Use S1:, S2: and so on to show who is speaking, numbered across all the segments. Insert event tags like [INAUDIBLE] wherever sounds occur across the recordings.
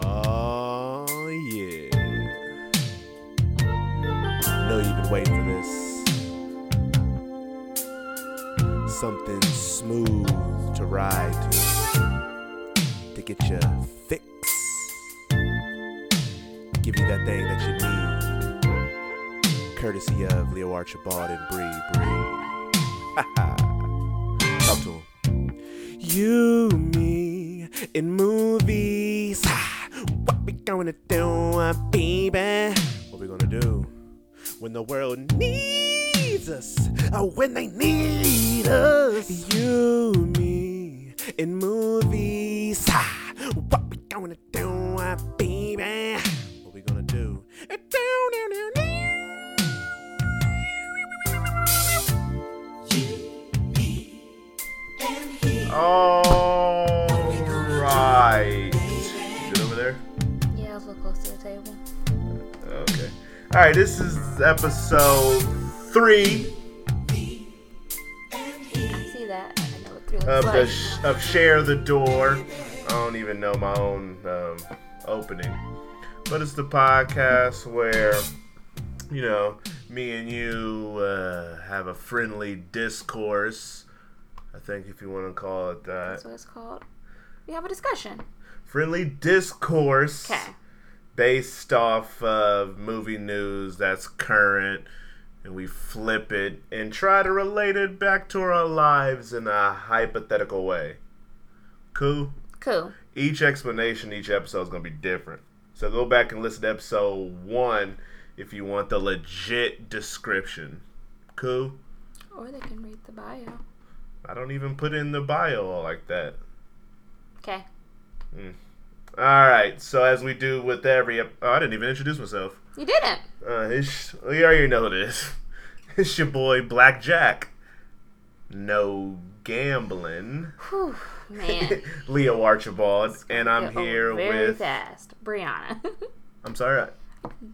S1: Oh, something smooth to ride to, to get your fix. Give you that thing that you need. Courtesy of Leo Archibald and Bree [LAUGHS] Bree. Talk to him. You, me, in movies. What we gonna do, uh, baby? What we gonna do when the world needs us? uh, When they need us, you, me, in movies. What we gonna do, uh, baby? What we gonna do?
S2: All right. Good over there?
S3: Yeah, I was a little close to the table.
S2: Okay. All right, this is episode three
S3: I see that. I know what three looks
S2: of the
S3: like.
S2: sh- of Share the Door. I don't even know my own um, opening, but it's the podcast where you know me and you uh, have a friendly discourse. I think if you want to call it that,
S3: That's what it's called. We have a discussion.
S2: friendly discourse.
S3: Okay.
S2: based off of movie news that's current and we flip it and try to relate it back to our lives in a hypothetical way. Cool.
S3: Cool.
S2: Each explanation, each episode is going to be different. So go back and listen to episode one if you want the legit description. Cool.
S3: Or they can read the bio.
S2: I don't even put in the bio like that.
S3: Okay.
S2: All right. So as we do with every, ep- oh, I didn't even introduce myself.
S3: You didn't.
S2: Uh, it's, we already know this. [LAUGHS] It's your boy Black Jack. No gambling. [LAUGHS]
S3: Whew, man.
S2: Leo Archibald, and [LAUGHS] I'm
S3: Go
S2: here
S3: very
S2: with.
S3: fast. Brianna. [LAUGHS]
S2: I'm sorry. I-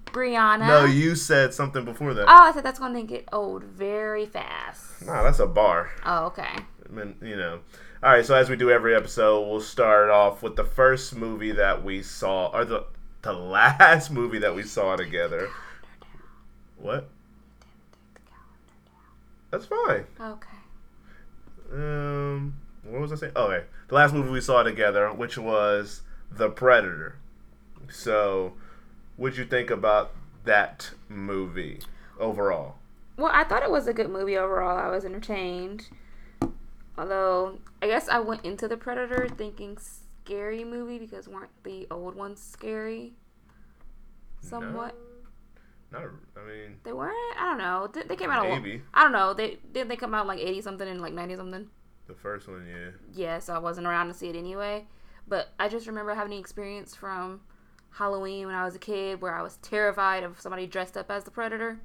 S3: Brianna.
S2: No, you said something before that.
S3: Oh, I said that's going to get old very fast.
S2: Nah, that's a bar.
S3: Oh, okay.
S2: I mean, you know. All right. So as we do every episode, we'll start off with the first movie that we saw, or the the [LAUGHS] last movie that we saw together. What? That's fine.
S3: Okay.
S2: um, what was I saying? Oh, okay. The last movie we saw together, which was The Predator. So, what'd you think about that movie overall?
S3: Well, I thought it was a good movie overall. I was entertained. Although, I guess I went into The Predator thinking scary movie because weren't the old ones scary? Somewhat.
S2: Not, I mean,
S3: They weren't? I don't know. They, they came out a lo-
S2: Maybe.
S3: I don't know. They Didn't they come out in like 80 something and like 90 something?
S2: the first one, yeah.
S3: Yeah, so I wasn't around to see it anyway. But I just remember having an experience from Halloween when I was a kid where I was terrified of somebody dressed up as the Predator.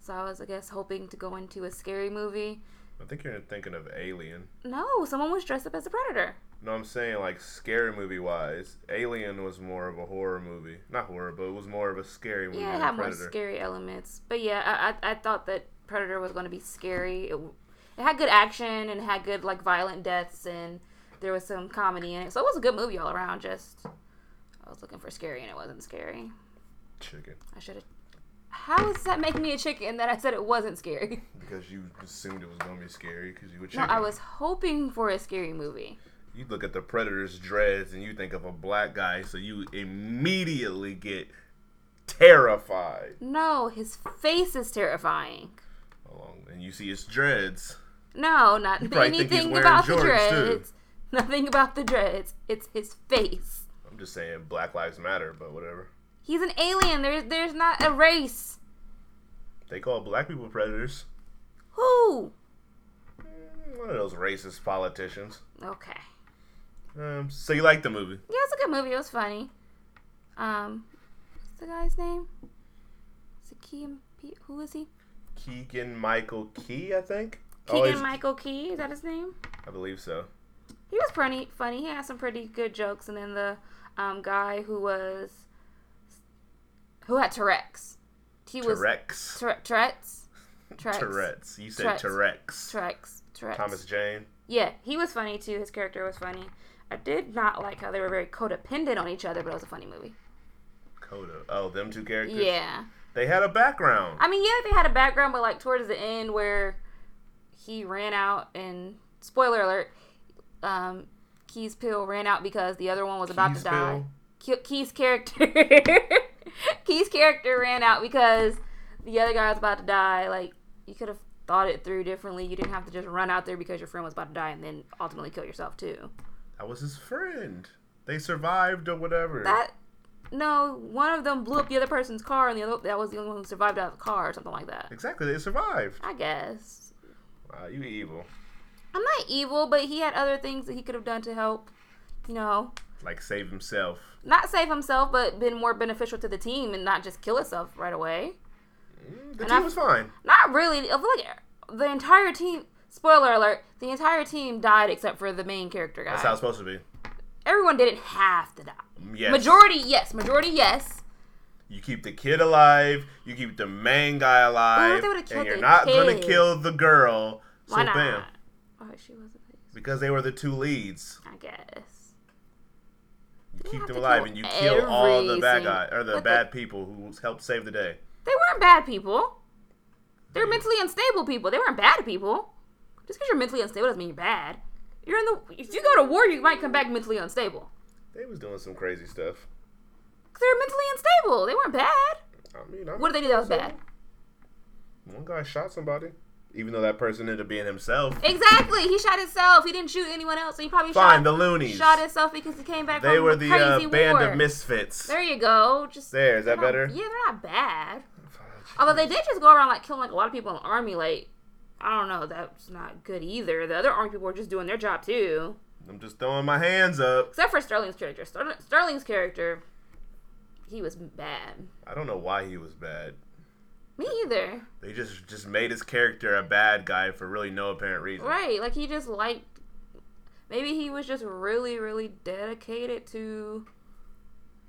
S3: So I was, I guess, hoping to go into a scary movie.
S2: I think you're thinking of Alien.
S3: No, someone was dressed up as a predator.
S2: No, I'm saying like scary movie wise. Alien was more of a horror movie, not horror, but it was more of a scary movie.
S3: Yeah, it
S2: than
S3: had more
S2: Predator.
S3: scary elements. But yeah, I, I, I thought that Predator was going to be scary. It, w- it had good action and it had good like violent deaths and there was some comedy in it. So it was a good movie all around. Just I was looking for scary and it wasn't scary.
S2: Chicken,
S3: I should have. How does that make me a chicken that I said it wasn't scary? [LAUGHS]
S2: because you assumed it was gonna be scary because you were
S3: No,
S2: chicken.
S3: I was hoping for a scary movie.
S2: You look at the Predator's dreads and you think of a black guy, so you immediately get terrified.
S3: No, his face is terrifying.
S2: Along and you see his dreads.
S3: No, not
S2: probably think he's
S3: anything
S2: wearing
S3: about the
S2: jorts, too.
S3: dreads. [LAUGHS] Nothing about the dreads. It's his face.
S2: I'm just saying Black Lives Matter, but whatever.
S3: He's an alien. There's there's not a race.
S2: They call black people predators.
S3: Who?
S2: One of those racist politicians.
S3: Okay.
S2: Um, so you like the movie?
S3: Yeah, it's a good movie. It was funny. Um, what's the guy's name? Is it Key and P- Who is he?
S2: Keegan Michael Key, I think. Oh,
S3: Keegan
S2: he's-
S3: Michael Key. Is that his name?
S2: I believe so.
S3: He was pretty funny. He had some pretty good jokes. And then the um guy who was who had Tourette's. He was
S2: Tourette's.
S3: Tourette- Tourette's.
S2: [LAUGHS]
S3: Tourette's.
S2: Tourette's. You said Tourette's.
S3: Tourette's. Tourette's.
S2: Thomas Jane.
S3: Yeah, he was funny too. His character was funny. I did not like how they were very codependent on each other, but it was a funny movie.
S2: Coda. Oh, them two characters.
S3: Yeah.
S2: They had a background.
S3: I mean, yeah, they had a background, but like towards the end where he ran out and spoiler alert, um, Key's pill ran out because the other one was about
S2: Keys
S3: to die.
S2: pill?
S3: Ke- Key's character, [LAUGHS] Key's character ran out because the other guy was about to die. Like you could have thought it through differently. You didn't have to just run out there because your friend was about to die and then ultimately kill yourself too.
S2: That was his friend. They survived or whatever.
S3: That no, one of them blew up the other person's car and the other that was the only one who survived out of the car or something like that.
S2: exactly, they survived.
S3: I guess.
S2: Wow, you evil.
S3: I'm not evil, but he had other things that he could have done to help, you know,
S2: Like save himself.
S3: not save himself, but been more beneficial to the team and not just kill itself right away.
S2: Mm, The
S3: And
S2: team
S3: I-
S2: was fine.
S3: Not really. I feel like the entire team. Spoiler alert: the entire team died except for the main character guy.
S2: That's how it's supposed to be.
S3: Everyone didn't have to die.
S2: Yes.
S3: Majority, yes. Majority, yes.
S2: You keep the kid alive. You keep the main guy
S3: Why
S2: alive,
S3: they would've
S2: and
S3: killed
S2: you're
S3: the
S2: not gonna
S3: kid?
S2: kill the girl. So
S3: Why not?
S2: bam,
S3: Oh, she wasn't.
S2: because they were the two leads.
S3: I guess.
S2: You
S3: didn't
S2: keep
S3: have
S2: them
S3: to
S2: alive,
S3: kill
S2: and you kill all the bad
S3: everything.
S2: guy or the
S3: But the-
S2: bad people who helped save the day.
S3: They weren't bad people. They were mentally unstable people. They weren't bad people. Just because you're mentally unstable doesn't mean you're bad. You're in the. If you go to war, you might come back mentally unstable.
S2: They was doing some crazy stuff.
S3: they were mentally unstable. They weren't bad.
S2: I mean, I
S3: What did they do that was bad?
S2: One guy shot somebody, even though that person ended up being himself.
S3: Exactly. He shot himself. He didn't shoot anyone else. So he probably
S2: Fine,
S3: shot,
S2: the loonies.
S3: shot himself because he came back.
S2: They
S3: from
S2: were
S3: a
S2: the
S3: crazy
S2: uh,
S3: war.
S2: band of misfits.
S3: There you go. Just
S2: There, is
S3: they're
S2: that
S3: not-
S2: better?
S3: Yeah, they're not bad. Although they did just go around like killing like a lot of people in the army. Like I don't know, that's not good either. The other army people were just doing their job too.
S2: I'm just throwing my hands up.
S3: except for Sterling's character. Sterling, Sterling's character, he was bad.
S2: I don't know why he was bad.
S3: Me either.
S2: They just just made his character a bad guy for really no apparent reason.
S3: Right? Like he just liked. Maybe he was just really, really dedicated to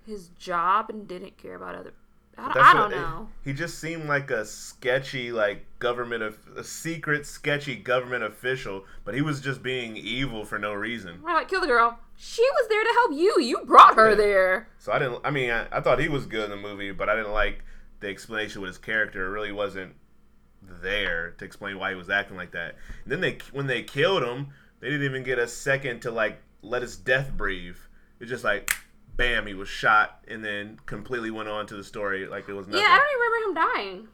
S3: his job and didn't care about other. I, don't-
S2: That's
S3: I don't
S2: what- it-
S3: know.
S2: he just seemed like a sketchy, like government of a secret, sketchy government official, but he was just being evil for no reason.
S3: Right? Like kill the girl. She was there to help you. You brought her
S2: Yeah.
S3: there.
S2: So I didn't. I mean, I, I thought he was good in the movie, but I didn't like the explanation with his character. It really wasn't there to explain why he was acting like that. And then they, when they killed him, they didn't even get a second to like let his death breathe. It's just like, bam, he was shot, and then completely went on to the story like it was nothing.
S3: Yeah, I don't even remember him dying.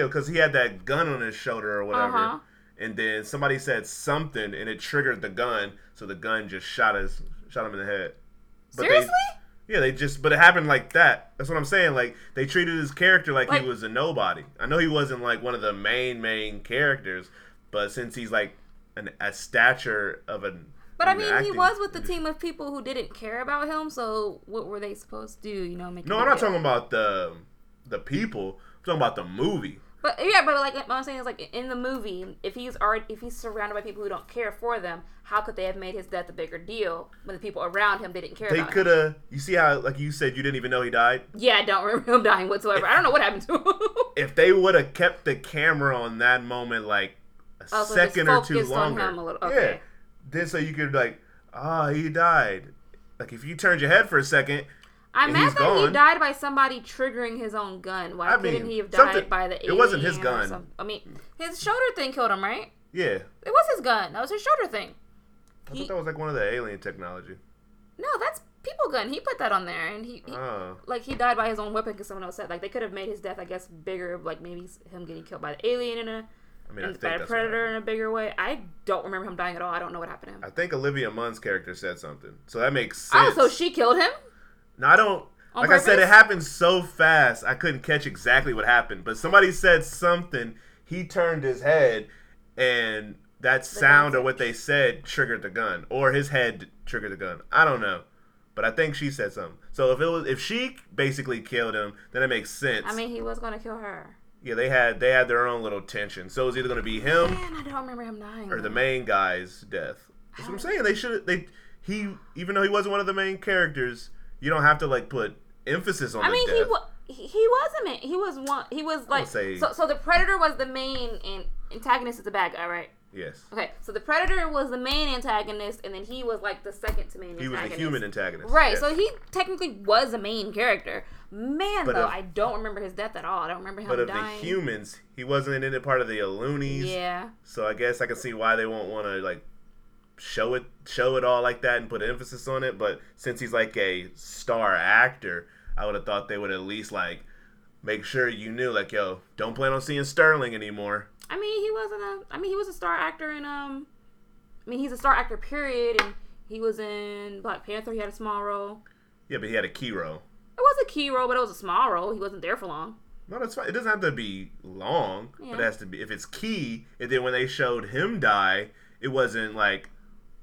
S2: Yeah, because he had that gun on his shoulder or whatever.
S3: Uh-huh.
S2: And then somebody said something, and it triggered the gun, so the gun just shot us, shot him in the head. But they-
S3: Seriously?
S2: yeah, they just, but it happened like that. That's what I'm saying. Like they treated his character like,
S3: Like-
S2: he was a nobody. I know he wasn't like one of the main main characters, but since he's like an a stature of an,
S3: But I
S2: an
S3: mean, he
S2: acting-
S3: was with the team of people who didn't care about him. So what were they supposed to do? You know, make a
S2: No,
S3: big
S2: I'm not
S3: deal?
S2: talking about the the people. I'm talking about the movie.
S3: But yeah, but like what I'm saying is like in the movie, if he's already if he's surrounded by people who don't care for them, how could they have made his death a bigger deal when the people around him didn't care
S2: They
S3: about
S2: could
S3: him?
S2: have. You see how like you said you didn't even know he died.
S3: Yeah, I don't [LAUGHS] remember him dying whatsoever. I don't know what happened to him. [LAUGHS]
S2: if they would have kept the camera on that moment like a
S3: Oh, so just
S2: second or two
S3: focused on
S2: longer,
S3: him a little- okay.
S2: yeah, then so you could like, ah, he died. Like if you turned your head for a second,
S3: I'm
S2: And
S3: mad
S2: he's
S3: that
S2: gone.
S3: he died by somebody triggering his own gun. Why
S2: I
S3: couldn't
S2: mean,
S3: he have
S2: something-
S3: died by the
S2: it wasn't his
S3: alien or
S2: gun.
S3: something? I mean, his shoulder thing killed him, right?
S2: yeah,
S3: It was his gun. That was his shoulder thing.
S2: I
S3: He-
S2: thought that was like one of the alien technology.
S3: No, that's people gun. He put that on there, and he, he
S2: Oh,
S3: like he died by his own weapon because someone else said like they could have made his death I guess bigger of, like maybe s- him getting killed by the alien in a
S2: I mean, I
S3: and
S2: think
S3: by a
S2: that's what
S3: predator
S2: happened.
S3: in a bigger way. I don't remember him dying at all. I don't know what happened to
S2: I
S3: him.
S2: think Olivia Munn's character said something, so that makes
S3: Oh,
S2: sense.
S3: so she killed him?
S2: No, I don't.
S3: On
S2: like I said, it
S3: purpose?
S2: happened so fast, I couldn't catch exactly what happened. But somebody said something. He turned his head, and that sound or what they said triggered the gun, or his head triggered the gun. I don't know, but I think she said something. So if it was if she basically killed him, then it makes sense.
S3: I mean, he was gonna kill her.
S2: yeah, they had they had their own little tension. So it was either gonna be him
S3: Man, I don't remember him dying.
S2: or the
S3: though.
S2: main guy's death. That's what I'm saying. They should they he even though he wasn't one of the main characters, you don't have to like put emphasis on.
S3: I
S2: the
S3: mean,
S2: death.
S3: he was he was a man. He was one. He was like
S2: say-
S3: so. So the predator was the main and antagonist is the bad guy, right?
S2: Yes.
S3: Okay, so the Predator was the main antagonist, and then he was like the second to main
S2: He was
S3: antagonist.
S2: the human antagonist.
S3: Right,
S2: yes.
S3: so he technically was a main character. Man,
S2: But
S3: though,
S2: if-
S3: I don't remember his death at all. I don't remember him
S2: But of
S3: dying.
S2: the humans, he wasn't in any part of the Loonies.
S3: yeah,
S2: So I guess I can see why they won't want to like show it show it all like that and put emphasis on it. But since he's like a star actor, I would have thought they would at least like make sure you knew like yo, don't plan on seeing Sterling anymore.
S3: I mean, he wasn't a. I mean, he was a star actor in um. I mean, he's a star actor. Period, and he was in Black Panther. He had a small role.
S2: Yeah, but he had a key role.
S3: It was a key role, but it was a small role. He wasn't there for long.
S2: No, that's fine. It doesn't have to be long, but
S3: Yeah.
S2: it has to be if it's key. And then when they showed him die, it wasn't like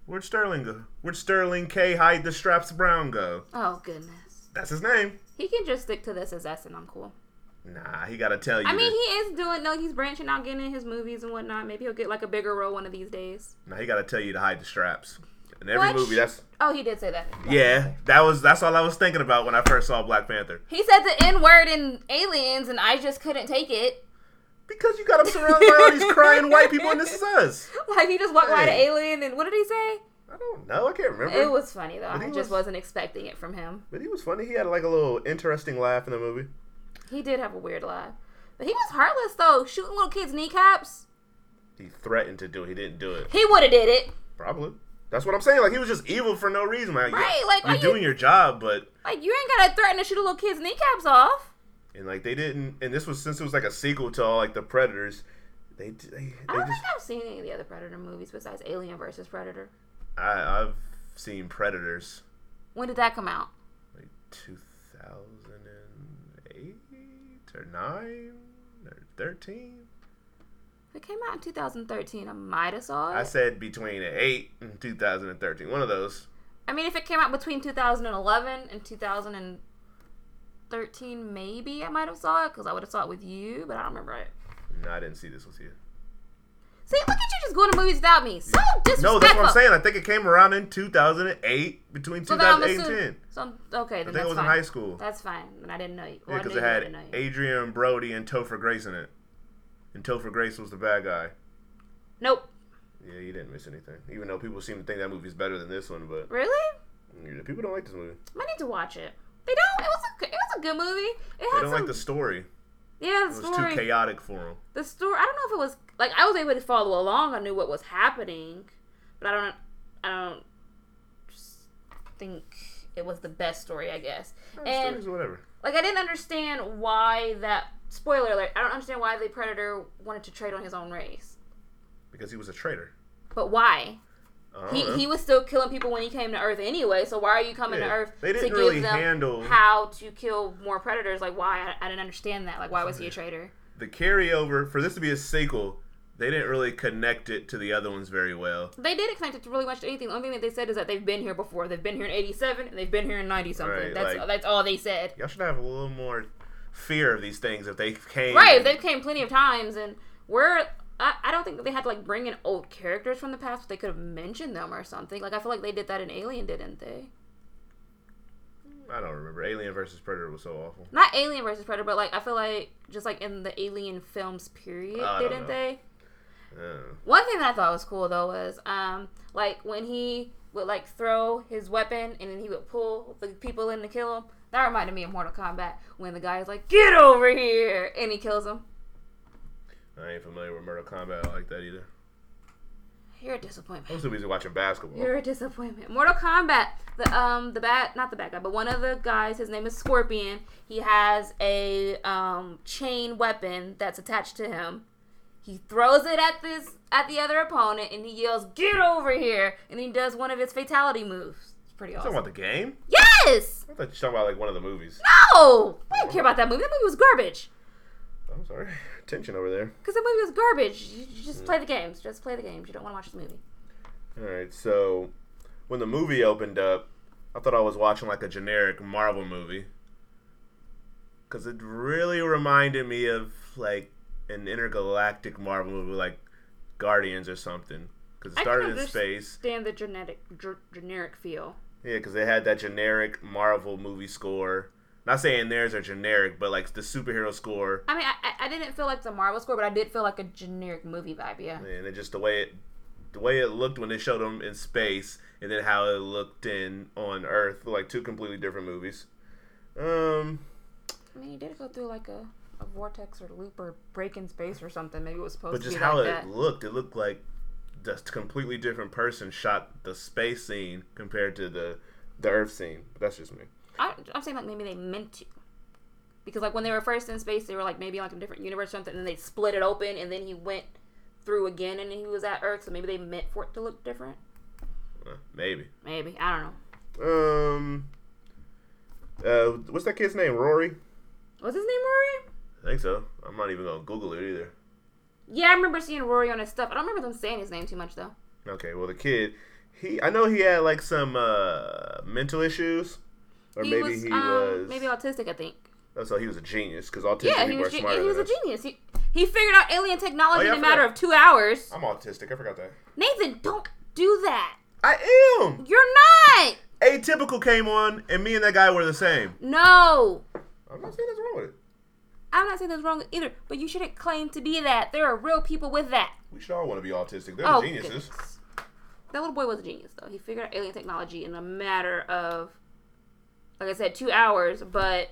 S2: where'd Sterling go? Where'd Sterling K hide the straps Brown go?
S3: Oh goodness,
S2: That's his name.
S3: he can just stick to this as S, and I'm cool.
S2: Nah, he gotta tell you.
S3: I mean,
S2: to-
S3: he is doing. No, he's branching out, getting in his movies and whatnot. Maybe he'll get like a bigger role one of these days.
S2: Nah, he gotta tell you to hide the straps. In every
S3: What?
S2: movie, that's
S3: Oh, he did say that.
S2: yeah. That was that's all I was thinking about when I first saw Black Panther.
S3: He said the N word in Aliens, and I just couldn't take it. [LAUGHS]
S2: Because you got him surrounded by all these crying white people, and this is us.
S3: Like he just walked by the
S2: Hey.
S3: alien, and what did he say?
S2: I don't know. I can't remember.
S3: It was funny though. I
S2: But he was-
S3: just wasn't expecting it from him.
S2: but he was funny. He had like a little interesting laugh in the movie.
S3: He did have a weird laugh, but he was heartless though, shooting little kids' kneecaps.
S2: He threatened to do it. He didn't do it.
S3: He would have did it.
S2: Probably. That's what I'm saying. Like he was just evil for no reason. Like,
S3: Right, like, why
S2: you're
S3: you-
S2: doing your job, but
S3: Like you ain't gotta threaten to shoot a little kid's kneecaps off.
S2: and like they didn't. And this was since it was like a sequel to all like the Predators. They d- they,
S3: I
S2: they
S3: don't
S2: just
S3: think I've seen any of the other Predator movies besides Alien versus Predator.
S2: I, I've seen Predators
S3: When did that come out?
S2: like 2008 or nine or 13.
S3: If it came out in 2013, I might have saw it.
S2: I said between eight and 2013. One of those.
S3: I mean, if it came out between 2011 and 2013, maybe I might have saw it because I would have saw it with you, but I don't remember it.
S2: No, I didn't see this with you.
S3: See, look at you just going to movies without me. So disrespectful.
S2: No, that's what I'm saying. I think it came around in 2008, between
S3: So then I'm
S2: 2008 and 10.
S3: assuming. So I'm- okay,
S2: I think
S3: then that's
S2: it was
S3: fine.
S2: in high school.
S3: That's fine. And I didn't know you.
S2: Yeah,
S3: Well, I
S2: because
S3: knew
S2: it
S3: you, I
S2: had
S3: didn't know you.
S2: Adrian Brody and Topher Grace in it, and Topher Grace was the bad guy.
S3: Nope.
S2: Yeah, you didn't miss anything. Even though people seem to think that movie's better than this one, but
S3: Really?
S2: yeah, people don't like this movie.
S3: I need to watch it. They don't. It was a. good- It was a good movie. It
S2: They
S3: had
S2: don't
S3: some.
S2: like the story.
S3: yeah, the
S2: It was
S3: story.
S2: too chaotic for them.
S3: the story. I don't know if it was like I was able to follow along. I knew what was happening, but I don't. I don't just think it was the best story. I guess. and
S2: stories, whatever.
S3: like I didn't understand why that. Spoiler alert! I don't understand why the predator wanted to trade on his own race,
S2: Because he was a traitor.
S3: but why?
S2: I don't
S3: He,
S2: know.
S3: he was still killing people when he came to Earth anyway. So why are you coming to
S2: Uh-huh. Yeah,
S3: Earth
S2: they didn't
S3: to
S2: really
S3: give them
S2: handle-
S3: how to kill more predators? Like why? I, I didn't understand that. Like why was he a traitor?
S2: the carryover for this to be a sequel. They didn't really connect it to the other ones very well.
S3: They did connect it to really much to anything. The only thing that they said is that they've been here before. They've been here in '87 and they've been here in '90 something.
S2: Right,
S3: that's
S2: like-
S3: that's all they said.
S2: Y'all should have a little more fear of these things if they came.
S3: Right? They've came plenty of times, and we're. I, I don't think that they had to like bring in old characters from the past, but they could have mentioned them or something. Like I feel like they did that in Alien, didn't they?
S2: I don't remember. Alien versus Predator was so awful.
S3: Not Alien versus Predator, but like I feel like just like in the Alien films period,
S2: I don't
S3: didn't
S2: know.
S3: they?
S2: Uh,
S3: One thing that I thought was cool though was um like when he would like throw his weapon and then he would pull the people in to kill him. That reminded me of Mortal Kombat when the guy is like, "Get over here!" and he kills him.
S2: I ain't familiar with Mortal Kombat like that either.
S3: You're a disappointment.
S2: I'm too busy watching basketball.
S3: You're a disappointment. Mortal Kombat. The um the bad not the bad guy, but one of the guys. His name is Scorpion. He has a um chain weapon that's attached to him. He throws it at this at the other opponent and he yells, "Get over here!" and he does one of his fatality moves. It's pretty
S2: talking
S3: awesome.
S2: about the game?
S3: Yes!
S2: I thought you were talking about like one of the movies.
S3: No! I didn't care about that movie. That movie was garbage.
S2: I'm sorry. [LAUGHS] Tension over there.
S3: Because that movie was garbage. You, you just play the games. Just play the games. You don't want to watch the movie.
S2: All right. So when the movie opened up, I thought I was watching like a generic Marvel movie because it really reminded me of like an intergalactic Marvel movie, like Guardians or something. Because it
S3: I can
S2: started in
S3: underst-
S2: space.
S3: Stand the genetic, ge- generic feel.
S2: Yeah, because they had that generic Marvel movie score Not saying theirs are generic, but like the superhero score
S3: I mean, I, I- I didn't feel like the Marvel score, but I did feel like a generic movie vibe. Yeah.
S2: and it just the way it the way it looked when they showed them in space and then how it looked in on earth like two completely different movies um
S3: I mean, you did go through like a, a vortex or loop or break in space or something. Maybe it was supposed
S2: but
S3: to
S2: just
S3: be
S2: how
S3: like
S2: it
S3: that.
S2: looked it looked like this completely different person shot the space scene compared to the the earth scene but that's just me
S3: I, I'm saying like maybe they meant to, because like when they were first in space, they were like maybe in, like a different universe or something, and then they split it open, and then he went through again, and he was at Earth. So maybe they meant for it to look different.
S2: Uh, maybe
S3: Maybe I don't know.
S2: um uh what's that kid's name rory
S3: Was his name Rory?
S2: i think so i'm not even gonna google it either
S3: Yeah, I remember seeing Rory on his stuff. I don't remember them saying his name too much though.
S2: Okay, well the kid, he I know he had like some uh mental issues, or
S3: he
S2: maybe
S3: was,
S2: he
S3: um,
S2: was.
S3: maybe autistic. I think.
S2: oh, so he was a genius because autistic
S3: Yeah, he
S2: people
S3: was.
S2: are
S3: Gen-
S2: smarter
S3: he was
S2: than
S3: a
S2: us.
S3: genius. He he figured out alien technology
S2: Oh, yeah, I
S3: in a matter
S2: forgot.
S3: of two hours.
S2: I'm autistic. I forgot that.
S3: Nathan, don't do that.
S2: I am.
S3: You're not.
S2: Atypical came on, and me and that guy were the same.
S3: No.
S2: I'm not saying that's wrong with it.
S3: I'm not saying that's wrong either, but you shouldn't claim to be that. There are real people with that.
S2: We should all want to be autistic. They're
S3: Oh,
S2: geniuses.
S3: goodness. That little boy was a genius, though. He figured out alien technology in a matter of, like I said, two hours, but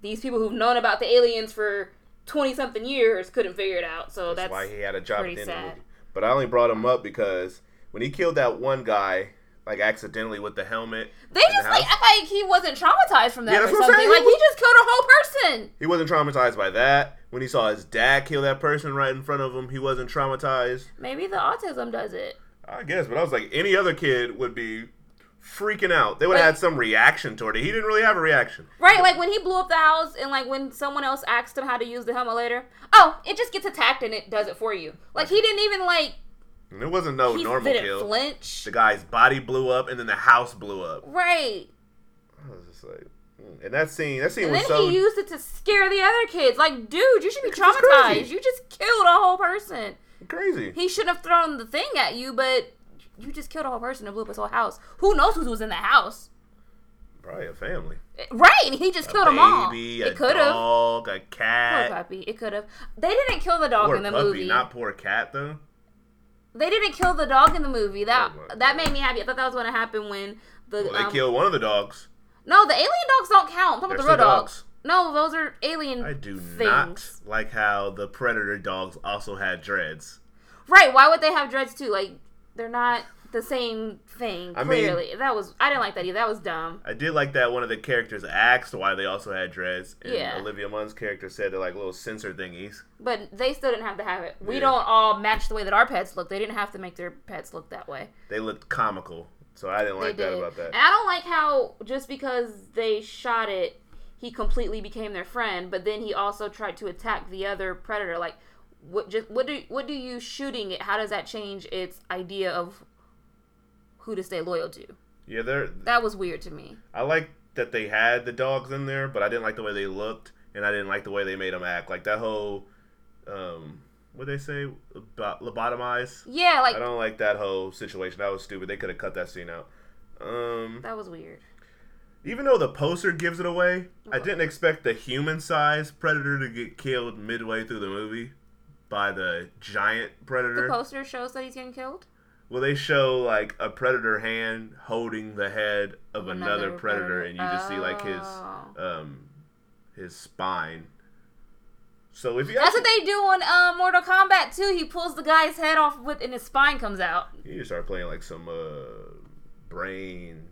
S3: these people who've known about the aliens for 20 something years couldn't figure it out, so
S2: That's
S3: that's.
S2: why he had a job at
S3: pretty
S2: the end of the
S3: sad.
S2: movie. But I only brought him up because when he killed that one guy, like accidentally with the helmet,
S3: they
S2: in the
S3: just like,
S2: house,
S3: act like he wasn't traumatized from that
S2: Yeah,
S3: or
S2: that's what I'm
S3: something.
S2: saying.
S3: Like, he just killed a whole person.
S2: he wasn't traumatized by that. When he saw his dad kill that person right in front of him, he wasn't traumatized.
S3: Maybe the autism does it.
S2: I guess, but I was like, any other kid would be freaking out. They would have
S3: Right.
S2: had some reaction toward it. He didn't really have a reaction.
S3: Right, like when he blew up the house, and like when someone else asked him how to use the helmet later. Oh, it just gets attacked and it does it for you. Like he didn't even like
S2: And it wasn't no
S3: he
S2: normal
S3: didn't
S2: kill.
S3: flinch.
S2: The guy's body blew up, and then the house blew up.
S3: Right,
S2: I was just like, mm. and that scene, that scene
S3: and
S2: was
S3: then
S2: so.
S3: he used it to scare the other kids. Like, dude, you should be
S2: It's crazy.
S3: traumatized. You just killed a whole person.
S2: Crazy.
S3: He shouldn't have thrown the thing at you, but you just killed a whole person and blew up his whole house. Who knows who was in the house?
S2: Probably a family.
S3: Right, and he just killed them all.
S2: Baby,
S3: It
S2: a
S3: could have.
S2: dog, a
S3: Poor
S2: cat.
S3: puppy. It could have. They didn't kill the dog
S2: Poor
S3: in the
S2: puppy,
S3: movie.
S2: not poor cat though.
S3: They didn't kill the dog in the movie. That
S2: Oh my
S3: that made me happy. I thought that was going to happen when the
S2: Well, they
S3: um,
S2: killed one of the dogs.
S3: no the alien dogs don't count. I'm talking about
S2: They're
S3: the real
S2: still
S3: dogs. No, those are alien.
S2: I do
S3: things.
S2: not like how the predator dogs also had dreads.
S3: Right? Why would they have dreads too? Like they're not the same thing.
S2: I mean-
S3: clearly, that was I didn't like that either. That was dumb.
S2: I did like that one of the characters asked why they also had dreads, and
S3: Yeah.
S2: Olivia Munn's character said they're like little sensor thingies.
S3: But they still didn't have to have it. We
S2: Yeah.
S3: don't all match the way that our pets look. They didn't have to make their pets look that way.
S2: They looked comical, so I didn't like
S3: they
S2: that
S3: did.
S2: about that.
S3: And I don't like how just because they shot it, he completely became their friend, but then he also tried to attack the other predator. Like, what just what do what do you shooting it? How does that change its idea of who to stay loyal to?
S2: yeah, they're.
S3: That was weird to me.
S2: I like that they had the dogs in there, but I didn't like the way they looked, and I didn't like the way they made them act. Like that whole, um, what they say about lobotomize.
S3: Yeah,
S2: I
S3: like
S2: don't like that whole situation. That was stupid. They could have cut that scene out. Um,
S3: that was weird.
S2: Even though the poster gives it away, I didn't expect the human sized predator to get killed midway through the movie by the giant
S3: The
S2: predator.
S3: poster shows that he's getting killed.
S2: well, they show like a predator hand holding the head of another,
S3: Another
S2: predator,
S3: predator.
S2: and you just see like his
S3: Oh.
S2: um his spine. So if you
S3: That's
S2: actually,
S3: what they do on uh, Mortal Kombat too. He pulls the guy's head off with, and his spine comes out.
S2: you need to start playing like some uh brain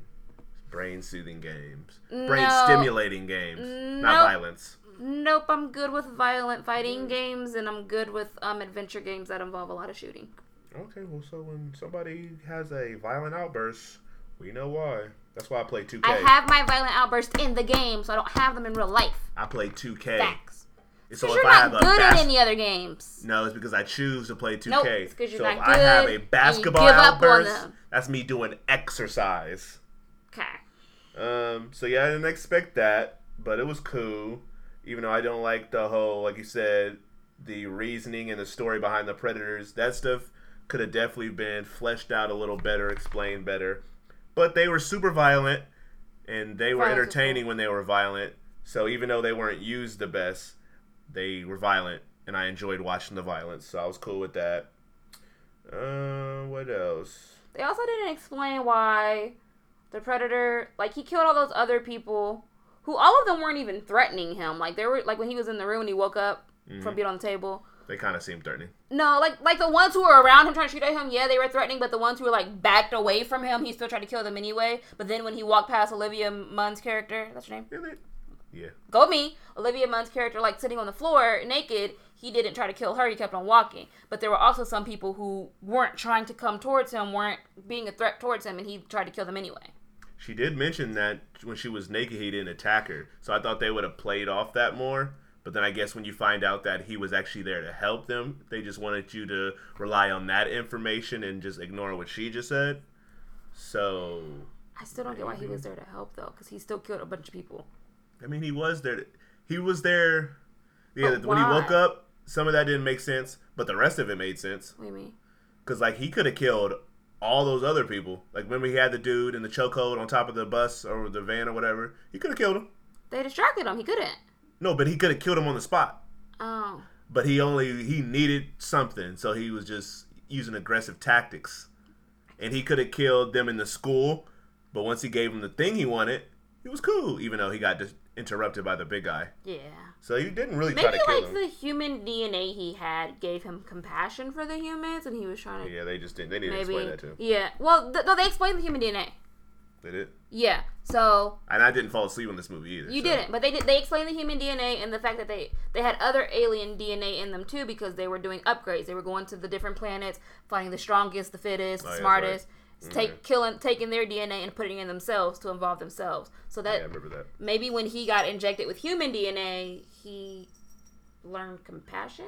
S2: brain soothing games, brain
S3: No.
S2: stimulating games,
S3: No.
S2: not violence.
S3: Nope, I'm good with violent
S2: Mm.
S3: fighting games, and I'm good with um adventure games that involve a lot of shooting.
S2: Okay, well, so when somebody has a violent outburst, we know why. That's why I play 2K.
S3: I have my violent outbursts in the game, so I don't have them in real life.
S2: I play 2K.
S3: Facts.
S2: So
S3: Because
S2: if
S3: you're
S2: I have
S3: not
S2: a
S3: good at
S2: bas-
S3: any other games.
S2: No, it's because I choose to play 2K.
S3: Nope, it's 'cause you're
S2: so
S3: not
S2: if I have
S3: good
S2: a
S3: and you
S2: basketball
S3: give up on
S2: outburst,
S3: them.
S2: that's me doing exercise.
S3: Okay.
S2: Um, so yeah, I didn't expect that, but it was cool. Even though I don't like the whole, like you said, the reasoning and the story behind the predators. That stuff could have definitely been fleshed out a little better, explained better. But they were super violent, and they were
S3: Violence was
S2: entertaining when they were violent. So even though they weren't used the best, they were violent, and I enjoyed watching the violence. So I was cool with that. Uh, what else?
S3: They also didn't explain why the predator, like he killed all those other people, who all of them weren't even threatening him. Like there were, like when he was in the room and he woke up from
S2: Mm-hmm.
S3: being on the table.
S2: They kind of seemed threatening.
S3: No, like like the ones who were around him trying to shoot at him, yeah, they were threatening. But the ones who were like backed away from him, he still tried to kill them anyway. But then when he walked past Olivia Munn's character, that's her name,
S2: Really? Yeah.
S3: go me, Olivia Munn's character, like sitting on the floor naked, he didn't try to kill her. He kept on walking. But there were also some people who weren't trying to come towards him, weren't being a threat towards him, and he tried to kill them anyway.
S2: She did mention that when she was naked, he didn't attack her. So I thought they would have played off that more. But then I guess when you find out that he was actually there to help them, they just wanted you to rely on that information and just ignore what she just said. So,
S3: I still don't get why he was there to help though, because he still killed a bunch of people.
S2: I mean, he was there. to- he was there. Yeah,
S3: But
S2: when he woke
S3: why?
S2: up, some of that didn't make sense, but the rest of it made sense.
S3: What do you mean?
S2: Because, like, he could have killed all those other people. Like, remember he had the dude in the chokehold on top of the bus or the van or whatever? He could have killed him.
S3: They distracted him. He couldn't.
S2: No, but he could have killed him on the spot.
S3: Oh.
S2: But he only he needed something, so he was just using aggressive tactics. And he could have killed them in the school, but once he gave him the thing he wanted, he was cool. Even though he got dis- interrupted by the big guy,
S3: Yeah.
S2: so he didn't really
S3: Maybe
S2: try to kill
S3: like
S2: him.
S3: the human DNA he had gave him compassion for the humans, and he was trying to
S2: Yeah, they just didn't. They didn't
S3: maybe.
S2: explain that to him.
S3: Yeah. Well, th- no, they explained the human DNA.
S2: They did.
S3: Yeah. So
S2: And I didn't fall asleep on this movie either.
S3: you
S2: so-
S3: didn't, but they did. They explained the human DNA and the fact that they they had other alien DNA in them too, because they were doing upgrades. They were going to the different planets, finding the strongest, the fittest,
S2: Oh, yeah, that's
S3: the smartest.
S2: right.
S3: Take
S2: Okay.
S3: killing, taking their DNA and putting it in themselves to involve themselves. So
S2: Yeah,
S3: that
S2: I remember that.
S3: maybe when he got injected with human DNA, he learned compassion.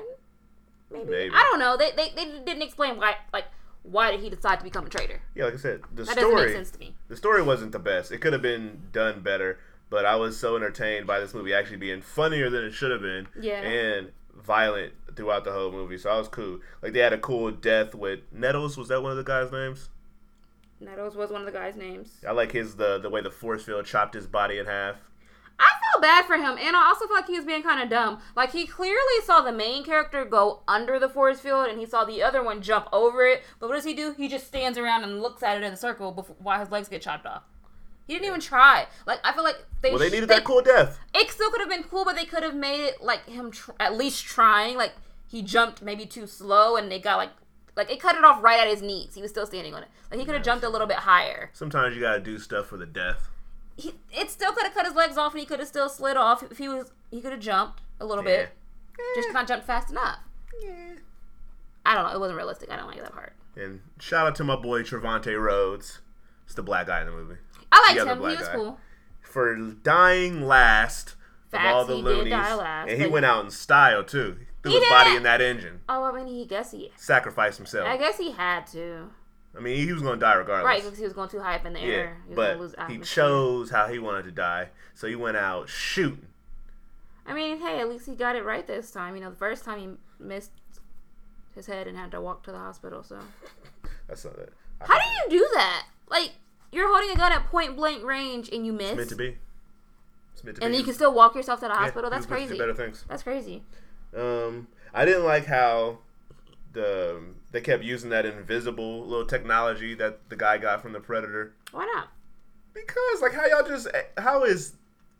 S3: Maybe,
S2: Maybe.
S3: I don't know. They, they they didn't explain why like why did he decide to become a traitor?
S2: Yeah, like I said, the
S3: That doesn't
S2: story.
S3: make sense to me.
S2: the story wasn't the best. It could have been done better, but I was so entertained by this movie actually being funnier than it should have been.
S3: Yeah.
S2: And violent throughout the whole movie, so I was cool. Like they had a cool death with Nettles. Was that one of the guys' names?
S3: Nettles was one of the guy's names.
S2: I like his the the way the force field chopped his body in half.
S3: I felt bad for him, and I also felt like he was being kind of dumb. Like he clearly saw the main character go under the force field, and he saw the other one jump over it. But what does he do? He just stands around and looks at it in a circle before, while his legs get chopped off. He didn't even try. Like I feel like they
S2: Well, they
S3: sh-
S2: needed that cool death.
S3: It still could have been cool, but they could have made it like him tr- at least trying. Like he jumped maybe too slow, and it got like like it cut it off right at his knees. He was still standing on it. Like he could have jumped a little bit higher.
S2: Sometimes you gotta do stuff for the death.
S3: He, it still could have cut his legs off, and he could have still slid off if he was. He could have jumped a little bit, just kind of jumped fast enough. I don't know. It wasn't realistic. I don't like that part.
S2: And shout out to my boy Trevante Rhodes. It's the black guy in the movie.
S3: I
S2: The
S3: liked
S2: other
S3: him. He
S2: black
S3: was
S2: guy.
S3: cool.
S2: for dying last of
S3: Facts,
S2: all the
S3: he did
S2: loonies.
S3: die last,
S2: and he
S3: but-
S2: went out in style too. He threw
S3: He
S2: his
S3: did
S2: body
S3: it!
S2: in that engine.
S3: Oh, I mean, he guess he.
S2: Sacrificed himself.
S3: I
S2: I,
S3: guess he had to.
S2: mean, he was gonna die regardless.
S3: Right, because he was going too high up in the
S2: Yeah,
S3: air. He was gonna lose
S2: but he
S3: atmosphere.
S2: chose how he wanted to die, so he went out shooting.
S3: I mean, hey, at least he got it right this time. You know, the first time he missed his head and had to walk to the hospital. So,
S2: That's not it. I
S3: how do you do that? Like, you're holding a gun at point blank range and you miss,
S2: meant to be. It's meant to
S3: and
S2: be.
S3: you can still walk yourself to the
S2: Yeah,
S3: hospital.
S2: he
S3: That's
S2: was meant to do
S3: crazy.
S2: Better things.
S3: That's crazy.
S2: Um, I didn't like how the they kept using that invisible little technology that the guy got from the predator.
S3: Why not?
S2: Because like how y'all just how is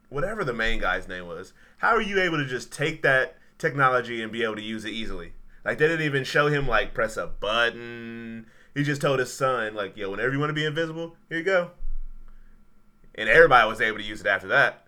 S2: whatever the main guy's name was, how are you able to just take that technology and be able to use it easily? Like they didn't even show him like press a button. He just told his son like, "Yo, whenever you want to be invisible, here you go." And everybody was able to use it after that.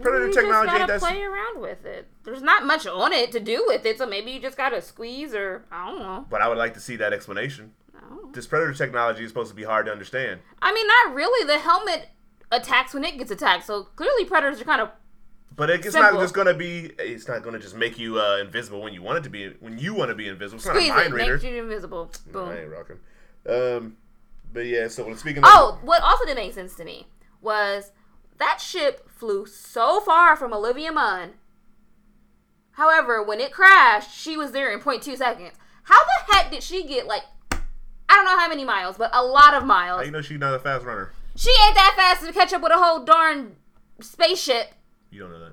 S2: Predator
S3: you
S2: technology,
S3: Just gotta
S2: that's-
S3: play around with it. There's not much on it to do with it, so maybe you just gotta squeeze or I don't know.
S2: But I would like to see that explanation.
S3: I, don't know.
S2: This predator technology is supposed to be hard to understand.
S3: I mean, not really. The helmet attacks when it gets attacked, so clearly predators are kind of
S2: But it- it's not
S3: Simple.
S2: just gonna be. It's not gonna just make you uh, invisible when you want it to be. When you want to be invisible, it's not a
S3: squeeze
S2: mind
S3: it,
S2: reader.
S3: makes you invisible. Boom.
S2: I ain't rocking. Um, but yeah. So when speaking of
S3: Oh, what also didn't make sense to me was that ship flew so far from Olivia Munn. However, when it crashed, she was there in 0.2 seconds. How the heck did she get like I don't know how many miles, but a lot of
S2: How
S3: miles.
S2: you know she's not a fast runner.
S3: She ain't that fast to catch up with a whole darn spaceship
S2: You don't know that.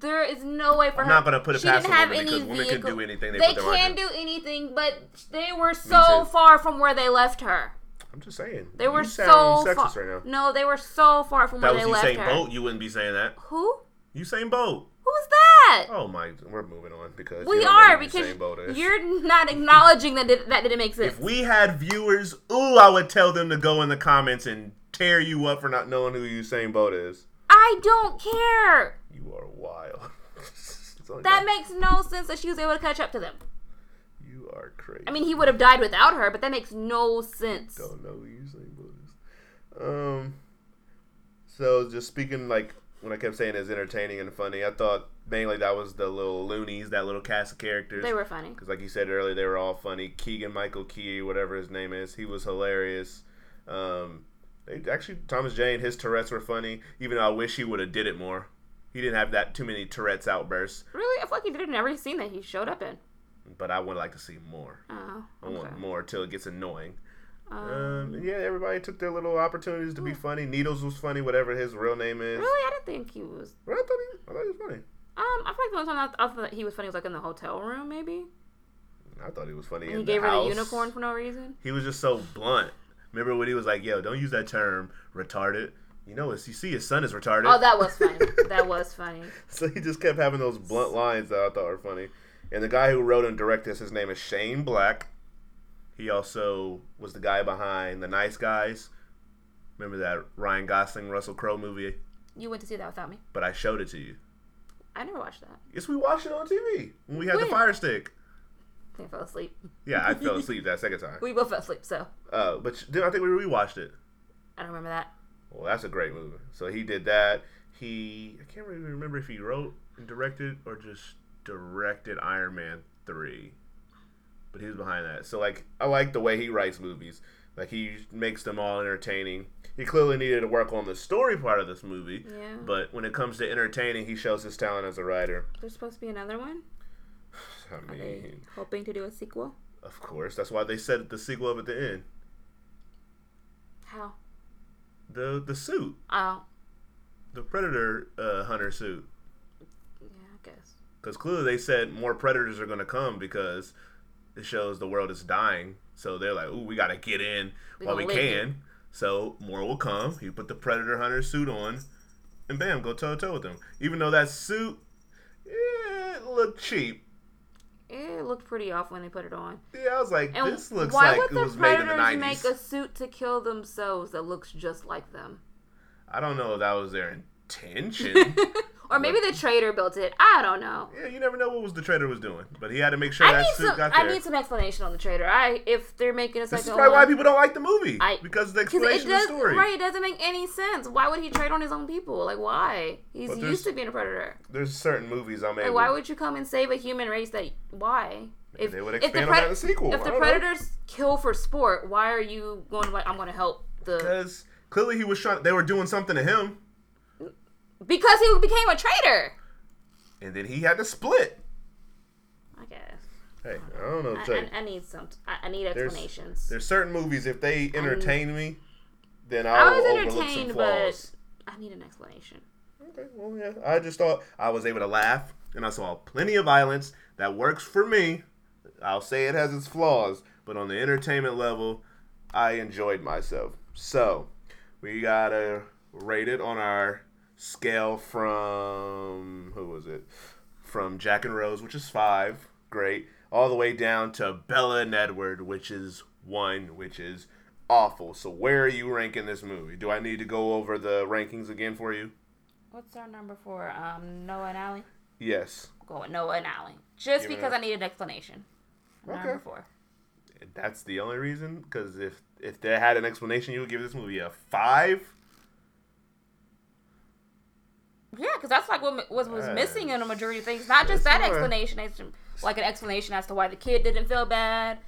S3: There is no way for
S2: I'm
S3: her.
S2: not gonna put it
S3: she
S2: past
S3: didn't
S2: a
S3: have
S2: woman
S3: any
S2: because women can
S3: vehicle-
S2: do anything they
S3: They,
S2: put their mind
S3: can
S2: to.
S3: do anything, but they were so
S2: too.
S3: far from where they left her.
S2: I'm just saying.
S3: They were
S2: you sound
S3: so
S2: sexist
S3: far.
S2: right now.
S3: No, they were so far from
S2: That
S3: where
S2: was
S3: they left
S2: Usain
S3: her.
S2: Bolt. You wouldn't be saying that.
S3: Who?
S2: Usain Bolt.
S3: Who was that?
S2: Oh my, we're moving on because you
S3: we
S2: don't know
S3: are
S2: who
S3: because
S2: Usain Bolt is.
S3: you're not acknowledging that it, that didn't make sense.
S2: eh? If we had viewers, ooh, I would tell them to go in the comments and tear you up for not knowing who Usain Bolt is.
S3: I don't care.
S2: You are wild. [LAUGHS] It's only
S3: That
S2: got-
S3: makes no sense that she was able to catch up to them.
S2: you are crazy.
S3: I mean, he would have died without her, but that makes no sense.
S2: don't know who Usain Bolt is. Um, so just speaking like when I kept saying it's entertaining and funny, I thought mainly that was the little loonies, that little cast of characters.
S3: They were funny.
S2: because like you said earlier, they were all funny. Keegan Michael Key, whatever his name is, he was hilarious. Um, they, actually, Thomas Jane, his Tourette's were funny. Even though I wish he would have did it more. He didn't have that too many Tourette's outbursts,
S3: Really, I feel like he did it in every scene that he showed up in.
S2: but I would like to see more.
S3: Oh,
S2: I
S3: okay.
S2: want more till it gets annoying. Um, and yeah, everybody took their little opportunities to
S3: Hmm.
S2: be funny. Needles was funny, whatever his real name is.
S3: Really, I didn't think he was.
S2: Well, I thought he, I thought he was funny.
S3: Um, I feel like the only time I, I thought he was funny was like in the hotel room, maybe.
S2: I thought he was funny.
S3: And
S2: in
S3: he gave
S2: the
S3: her
S2: house.
S3: the unicorn for no reason.
S2: He was just so blunt. Remember when he was like, "Yo, don't use that term, retarded." You know, it's, you see, his son is retarded.
S3: Oh, that was funny. that was funny.
S2: [LAUGHS] so he just kept having those blunt lines that I thought were funny. And the guy who wrote and directed this, his name is Shane Black. He also was the guy behind The Nice Guys. Remember that Ryan Gosling, Russell Crowe movie?
S3: You went to see that without me.
S2: But I showed it to you.
S3: I never watched that.
S2: Yes, we watched it on TV when we had the
S3: When?
S2: Fire Stick.
S3: I think I fell asleep.
S2: Yeah, [LAUGHS] I fell asleep that second time.
S3: We both fell asleep, so
S2: Uh, but then I think we rewatched it.
S3: I don't remember that.
S2: Well, that's a great movie. So he did that. He I can't really remember if he wrote and directed or just directed Iron Man three, but he was behind that. So like I like the way he writes movies. Like he makes them all entertaining. He clearly needed to work on the story part of this movie.
S3: Yeah.
S2: But when it comes to entertaining, he shows his talent as a writer.
S3: There's supposed to be another one.
S2: I
S3: Are they
S2: mean,
S3: hoping to do a sequel?
S2: of course, that's why they set the sequel up at the end.
S3: How?
S2: The the suit,
S3: Oh,
S2: the predator uh, hunter suit.
S3: yeah, I guess.
S2: Because clearly they said more predators are going to come because it shows the world is dying. So they're like, ooh, we got to get in
S3: We
S2: while we
S3: gonna lick it."
S2: can. So more will come. You put the predator hunter suit on, and bam, go toe to toe with them. Even though that suit, eh, it looked cheap.
S3: It looked pretty off when they put it on.
S2: Yeah, I was like,
S3: And
S2: this looks
S3: why
S2: like
S3: would
S2: it
S3: the
S2: was made in
S3: predators
S2: the 90s.
S3: make a suit to kill themselves that looks just like [LAUGHS] them?
S2: I don't know if that was their
S3: [LAUGHS]
S2: intention.
S3: Or maybe the trader built it. I don't know.
S2: yeah, you never know what was the trader was doing, but he had to make sure
S3: I
S2: that
S3: need
S2: suit
S3: some.
S2: got there.
S3: I need some explanation on the trader. I if they're making a
S2: this
S3: second
S2: is probably why
S3: one-
S2: people don't like the movie
S3: I-
S2: because of the
S3: 'Cause
S2: explanation
S3: it
S2: of the
S3: does,
S2: story.
S3: Right, it doesn't make any sense. Why would he trade on his own people? Like, why? He's
S2: But there's-
S3: used to being a predator.
S2: There's certain movies I'm able.
S3: Like, why would you come and save a human race that. Why? If,
S2: they would
S3: if the
S2: expand on
S3: pred-
S2: that in the sequel.
S3: If
S2: I
S3: the
S2: don't know.
S3: predators kill for sport, why are you going, like, I'm going to help the.
S2: Because clearly he was trying. They were doing something to him,
S3: Because he became a traitor!
S2: and then he had to split.
S3: I guess.
S2: Hey, I don't know.
S3: I,
S2: Jay.
S3: I, I need some. I, I need
S2: There's-
S3: explanations.
S2: There's certain movies if they entertain me, then
S3: I
S2: I will
S3: was
S2: overlook some
S3: entertained, but
S2: flaws.
S3: I need an explanation.
S2: Okay, well, yeah, I just thought I was able to laugh, and I saw plenty of violence that works for me. I'll say it has its flaws, but on the entertainment level, I enjoyed myself. So we gotta rate it on our scale from who was it? From Jack and Rose, which is five, great, all the way down to Bella and Edward, which is one, which is awful. So where are you ranking this movie? Do I need to go over the rankings again for you?
S3: What's our number for um, Noah and Allie?
S2: Yes.
S3: Go with Noah and Allie. Just
S2: Give it
S3: because
S2: a-
S3: I need an explanation. Number four.
S2: That's the only reason, because if if they had an explanation, you would give this movie a five.
S3: Yeah, because that's like what mi- was was
S2: Yeah.
S3: missing in a majority of things. Not just
S2: That's
S3: that
S2: right.
S3: explanation, it's just like an explanation as to why the kid didn't feel bad.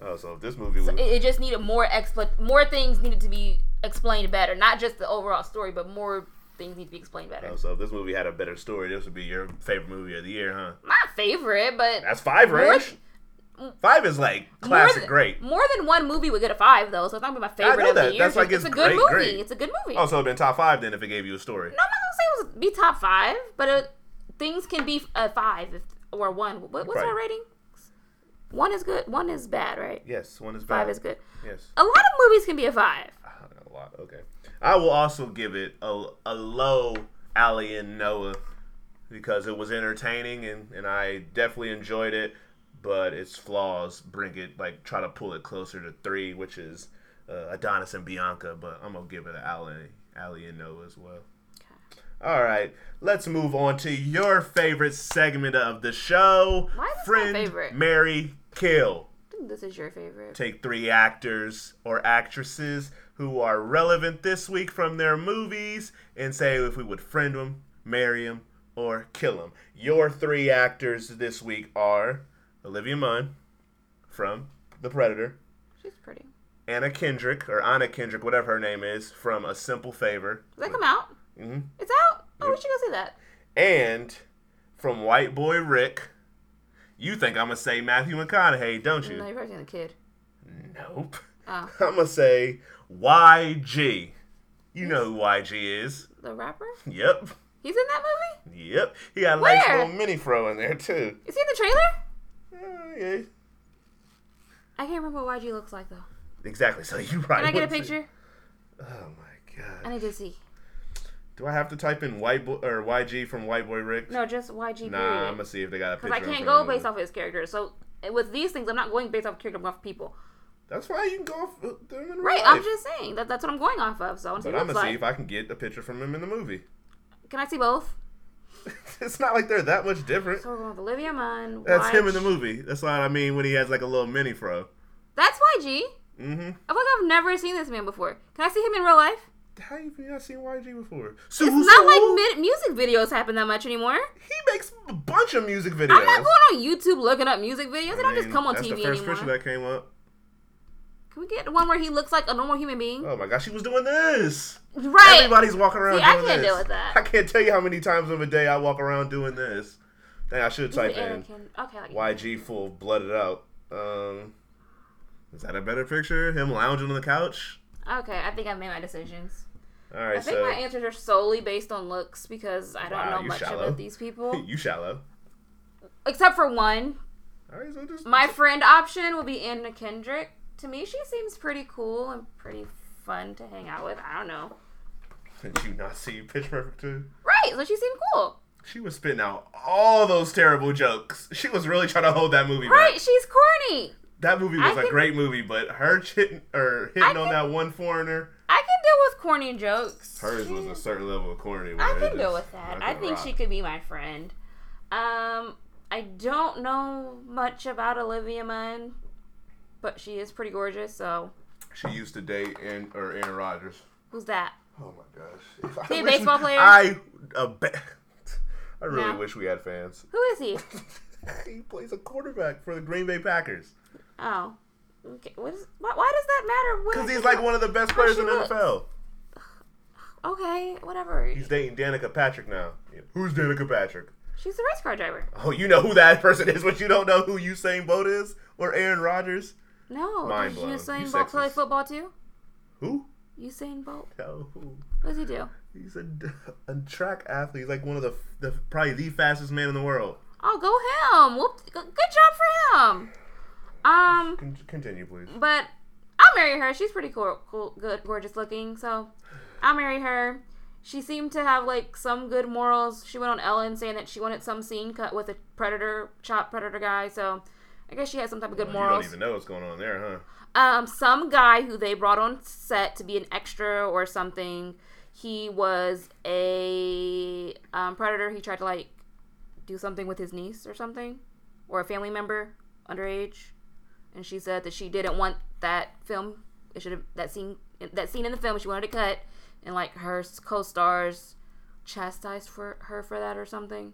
S2: Oh, so if this movie was
S3: It, it just needed more expla- more things needed to be explained better. Not just the overall story, but more things need to be explained better.
S2: oh, so if this movie had a better story, this would be your favorite movie of the year, huh?
S3: My favorite, but
S2: That's five
S3: More
S2: range. Five is like
S3: more
S2: classic,
S3: than-
S2: great.
S3: More than one movie would get a five though, so it's not gonna be my favorite
S2: know
S3: of the
S2: that.
S3: year.
S2: That's
S3: just-
S2: like it's
S3: it's, a good
S2: great,
S3: movie.
S2: great.
S3: It's a good movie.
S2: Oh, so it'd been top five then if it gave you a story.
S3: No, I'm not say it was be top five, but it, things can be a five if, or one. What, what's our
S2: Right.
S3: rating? One is good, one is bad, right?
S2: Yes, one is bad.
S3: Five is good.
S2: Yes.
S3: A lot of movies can be a five.
S2: A lot. Okay. I will also give it a, a low Ali and Noah because it was entertaining and, and I definitely enjoyed it, but its flaws bring it, like, try to pull it closer to three, which is uh, Adonis and Bianca, but I'm going to give it an Ali, Ali and Noah as well. All right, let's move on to your favorite segment of the show.
S3: Why is this my
S2: Friend,
S3: favorite?
S2: Mary, kill
S3: I think this is your favorite.
S2: take three actors or actresses who are relevant this week from their movies and say if we would friend them, marry them, or kill them. Your three actors this week are Olivia Munn from The Predator,
S3: She's pretty.
S2: Anna Kendrick or Anna Kendrick, whatever her name is, from A Simple Favor,
S3: Does that come out?
S2: Mhm.
S3: It's out. Oh, we should go see that.
S2: and from White Boy Rick. You think I'm gonna say Matthew McConaughey, don't
S3: No,
S2: you?
S3: you've already seen the kid.
S2: Nope. [LAUGHS]
S3: Oh,
S2: I'm gonna say YG. You know who YG is.
S3: the rapper?
S2: Yep.
S3: He's in that movie?
S2: Yep. He got a nice
S3: Where?
S2: little mini fro in there too.
S3: Is he in the trailer?
S2: Oh, yeah.
S3: I can't remember what YG looks like though.
S2: Exactly. So you right.
S3: Can I get
S2: Let's
S3: a
S2: see.
S3: picture?
S2: Oh my
S3: I
S2: god.
S3: need to see.
S2: Do I have to type in white boy or YG from White Boy Rick?
S3: No, just YG.
S2: Nah, I'm
S3: Nah,
S2: gonna see if they got a
S3: because
S2: picture.
S3: I
S2: in
S3: can't
S2: front of
S3: go
S2: me.
S3: based off his character. So eh, with these things, I'm not going based off character. I'm going off people.
S2: That's why you can go off them in real
S3: Right?
S2: life.
S3: I'm just saying that that's what I'm going off of. So I want to see
S2: But
S3: what
S2: I'm gonna
S3: it looks
S2: see
S3: like.
S2: if I can get a picture from him in the movie. [LAUGHS]
S3: Can I see both?
S2: it's not like they're that much different.
S3: So we're going with Olivia Munn.
S2: That's him in
S3: YG
S2: the movie. That's what I mean when he has like a little mini fro.
S3: That's YG.
S2: Mm-hmm.
S3: I feel like I've never seen this man before. Can I see him in real life?
S2: How you not seen YG before?
S3: It's not like mid- music videos happen that much anymore.
S2: he makes a bunch of music videos.
S3: I'm not going on YouTube looking up music videos. They don't just
S2: mean,
S3: come on
S2: that's
S3: TV
S2: the first
S3: anymore.
S2: picture that came up.
S3: Can we get one where he looks like a normal human being?
S2: Oh my gosh, she was doing this.
S3: right.
S2: Everybody's walking around
S3: See, I
S2: doing
S3: can't
S2: this.
S3: deal with that.
S2: I can't tell you how many times of a day I walk around doing this. Dang, I should
S3: He's
S2: type
S3: an
S2: in
S3: Anakin. Okay. Like
S2: YG full blooded out. Um, is that a better picture? Him lounging on the couch.
S3: Okay, I think I've made my decisions.
S2: All right,
S3: I think
S2: so
S3: my
S2: [LAUGHS]
S3: answers are solely based on looks because I don't
S2: Wow,
S3: know
S2: you
S3: much
S2: shallow.
S3: about these
S2: [LAUGHS]
S3: people.
S2: you shallow.
S3: Except for one.
S2: All right, so just
S3: My friend option will be Anna Kendrick. To me, she seems pretty cool and pretty fun to hang out with. I don't know.
S2: [LAUGHS] did you not see Pitch Perfect two?
S3: Right, so she seemed cool.
S2: She was spitting out all those terrible jokes. She was really trying to hold that movie back.
S3: Right, she's corny.
S2: That movie was
S3: I
S2: a
S3: can-
S2: great movie, but her hitting or hitting
S3: I
S2: on
S3: can-
S2: that one foreigner,
S3: I can deal with corny jokes. Mm,
S2: hers was a certain level of corny.
S3: I
S2: man. It
S3: can deal
S2: just-
S3: with that. I think she
S2: rock.
S3: could be my friend. Um, I don't know much about Olivia Munn, but she is pretty gorgeous. So
S2: She used to date and or Aaron Rodgers.
S3: who's that?
S2: Oh my gosh! If I
S3: He a
S2: wish-
S3: baseball player?
S2: I a ba- [LAUGHS] I really
S3: No.
S2: wish we had fans. [LAUGHS]
S3: Who is he?
S2: he plays a quarterback for the Green Bay Packers
S3: Oh, okay. What is, why, why does that matter? What
S2: because
S3: I
S2: he's
S3: think
S2: like one of the best players
S3: she
S2: in the
S3: looks?
S2: NFL.
S3: about- Okay, whatever.
S2: He's dating Danica Patrick now. Who's Danica Patrick?
S3: She's a race car driver.
S2: Oh, you know who that [LAUGHS] person is, but you don't know who Usain Bolt is or Aaron Rodgers.
S3: No,
S2: Mind
S3: does
S2: blown. You
S3: Usain Bolt play
S2: sexist.
S3: football too?
S2: Who?
S3: Usain Bolt.
S2: No.
S3: What does he do?
S2: He's a, a track athlete. He's like one of the, the probably the fastest man in the world.
S3: Oh, go him. Whoop, good job for him. Um.
S2: Con- continue, please.
S3: But I'll marry her. She's pretty cool, cool, good, gorgeous looking. So I'll marry her. She seemed to have like some good morals. She went on Ellen saying that she wanted some scene cut with a predator, chop predator guy. So I guess she had some type of good
S2: You don't
S3: morals.
S2: even know what's going on there, huh?
S3: Um, some guy who they brought on set to be an extra or something. He was a um, predator. He tried to like do something with his niece or something, or a family member underage, and she said that she didn't want that film. It should have that scene that scene in the film she wanted to cut, and like her co-stars chastised for her for that or something.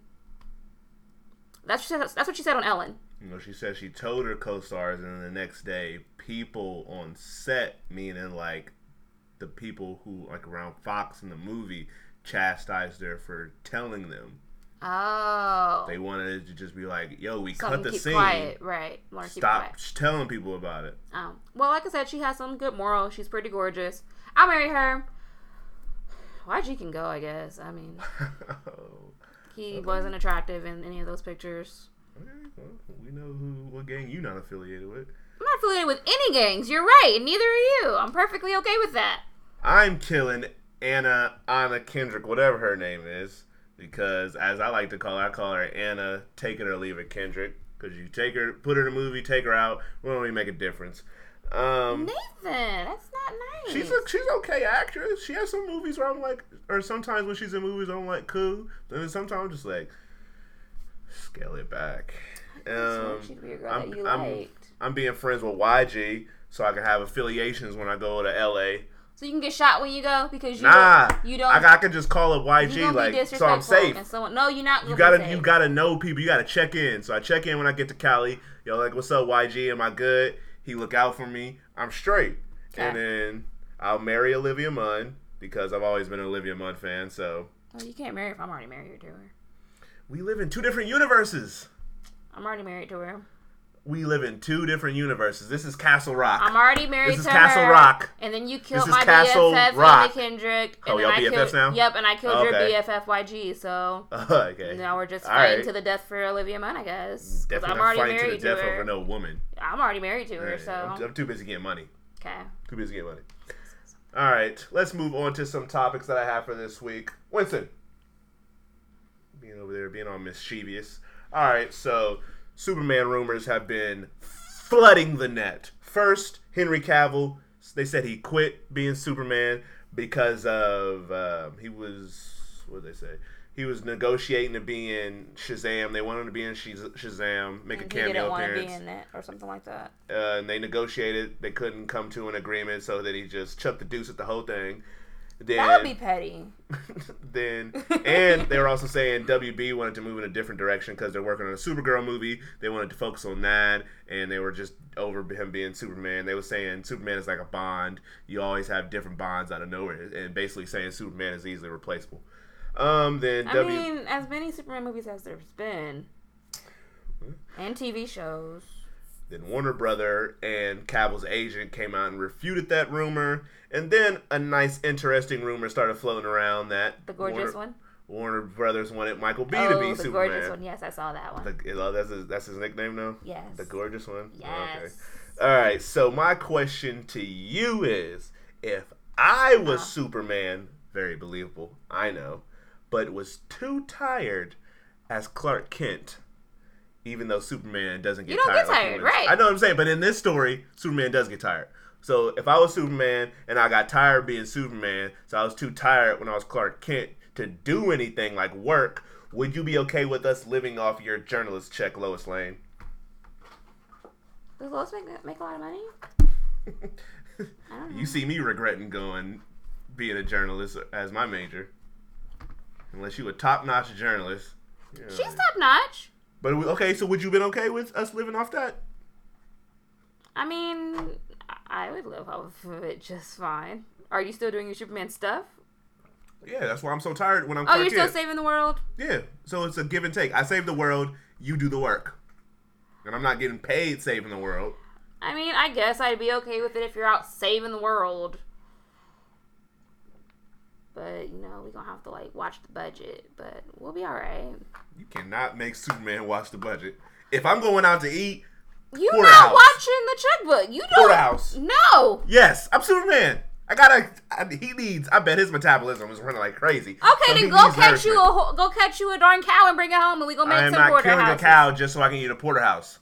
S3: That's what she said, that's what she said on Ellen.
S2: You know, she said she told her co-stars, and then the next day, people on set, meaning like the people who like around Fox in the movie, chastised her for telling them.
S3: Oh,
S2: They wanted it to just be like, "Yo, we
S3: Something
S2: cut the
S3: keep
S2: scene.
S3: quiet, right? Wanna keep
S2: Stop
S3: quiet.
S2: telling people about it."
S3: Um, well, like I said, she has some good morals. She's pretty gorgeous. I'll marry her. YG can go, I guess.
S2: [LAUGHS]
S3: I mean, he wasn't attractive in any of those pictures.
S2: Okay, well, [LAUGHS] we know who what gang you not affiliated with.
S3: I'm not affiliated with any gangs. You're right. and Neither are you. I'm perfectly okay with that.
S2: I'm killing Anna Anna Kendrick, whatever her name is, because as I like to call her, I call her Anna Take It or Leave It Kendrick. Because you take her, put her in a movie, take her out, we don't really make a difference. Um,
S3: Nathan, that's not nice.
S2: She's a, she's okay actress. She has some movies where I'm like, or sometimes when she's in movies I'm like cool, and then sometimes I'm just like scale it back. Um,
S3: she'd be a girl
S2: I'm,
S3: that you
S2: I'm,
S3: liked.
S2: I'm being friends with YG so I can have affiliations when I go to LA.
S3: So you can get shot when you go because you
S2: Nah,
S3: don't, you don't
S2: I, I can just call up
S3: you gonna
S2: YG
S3: be
S2: like so I'm
S3: disrespectful
S2: safe.
S3: And someone, no, you're not.
S2: You gotta
S3: gonna be safe.
S2: you gotta know people. You gotta check in. So I check in when I get to Cali. Yo, like, what's up, YG? Am I good? He look out for me. I'm straight. And
S3: Okay.
S2: then I'll marry Olivia Munn because I've always been an Olivia Munn fan. So
S3: Well, you can't marry if I'm already married to her.
S2: we live in two different universes.
S3: I'm already married to her.
S2: We live in two different universes. This is Castle Rock.
S3: I'm already married
S2: is
S3: to
S2: Castle
S3: her.
S2: Rock. [LAUGHS]
S3: And then you killed
S2: is
S3: my
S2: Castle
S3: BFF,
S2: Rock.
S3: Anna Kendrick.
S2: Oh,
S3: and
S2: y'all
S3: then I
S2: BFFs
S3: killed,
S2: now?
S3: Yep, and I killed
S2: Okay.
S3: your BFF YG. So
S2: okay.
S3: now we're just
S2: All
S3: fighting
S2: right.
S3: to the death for Olivia Munn, I guess. 'Cause
S2: Definitely
S3: I'm
S2: not
S3: already
S2: fighting
S3: married
S2: to the
S3: to,
S2: death
S3: her.
S2: over no woman.
S3: I'm already married to her,
S2: Right.
S3: so
S2: I'm, I'm too busy getting money.
S3: okay.
S2: Too busy getting money. All right, let's move on to some topics that I have for this week. Winston, being over there, being all mischievous. All right, so Superman rumors have been flooding the net. First, Henry Cavill, they said he quit being Superman because of um, he was what did they say? He was negotiating to be in Shazam. They wanted him to be in Shaz- Shazam, make a
S3: And he
S2: cameo
S3: didn't want to
S2: appearance
S3: be in it or something like that.
S2: uh, and they negotiated. They couldn't come to an agreement, so then he just chucked the deuce at the whole thing. Then,
S3: That would be petty.
S2: then, [LAUGHS] and they were also saying WB wanted to move in a different direction because they're working on a Supergirl movie. They wanted to focus on that, and they were just over him being Superman. They were saying Superman is like a bond. You always have different bonds out of nowhere, and basically saying Superman is easily replaceable. Um, then
S3: I
S2: W.
S3: mean, as many Superman movies as there's been, and TV shows.
S2: Then Warner Brother and Cavill's agent came out and refuted that rumor. And then a nice, interesting rumor started floating around that
S3: The gorgeous
S2: Warner,
S3: one.
S2: Warner Brothers wanted Michael B
S3: oh,
S2: to be
S3: the
S2: Superman.
S3: gorgeous one. Yes, I saw that one.
S2: The- oh, that's his, that's his nickname now.
S3: yes.
S2: The gorgeous one. Oh,
S3: Yes.
S2: All right. So my question to you is, if I was
S3: Uh.
S2: Superman, very believable, I know, but was too tired as Clark Kent, even though Superman doesn't get
S3: You don't
S2: tired.
S3: get
S2: like
S3: tired,
S2: humans.
S3: right.
S2: I know what I'm saying, but in this story, Superman does get tired. So if I was Superman and I got tired being Superman, so I was too tired when I was Clark Kent to do anything like work. Would you be okay with us living off your journalist check, Lois Lane?
S3: Does Lois make, make a lot of money? I don't know.
S2: You see me regretting going being a journalist as my major. Unless you a top notch journalist. Yeah.
S3: She's top notch.
S2: But we- okay, so would you been okay with us living off that?
S3: I mean, I I would live off of it just fine. Are you still doing your Superman stuff?
S2: Yeah, that's why I'm so tired when I'm.
S3: Oh,
S2: Clark
S3: you're still
S2: Kent.
S3: saving the world?
S2: Yeah, so it's a give and take. I save the world, you do the work, and I'm not getting paid saving the world.
S3: I mean, I guess I'd be okay with it if you're out saving the world. But, you know, we're going to have to, like, watch the budget. But we'll be all right.
S2: You cannot make Superman watch the budget. If I'm going out to eat,
S3: You're
S2: Porterhouse.
S3: not watching the checkbook. You don't.
S2: Porterhouse.
S3: No.
S2: yes, I'm Superman. I gotta. I, he needs. I bet his metabolism is running like crazy.
S3: Okay,
S2: So he
S3: then go
S2: needs
S3: catch you a
S2: nourishment.
S3: ho- go catch you a darn cow and bring it home, and we gonna make
S2: I am
S3: some
S2: not
S3: porterhouse.
S2: killing a cow just so I can eat a porterhouse.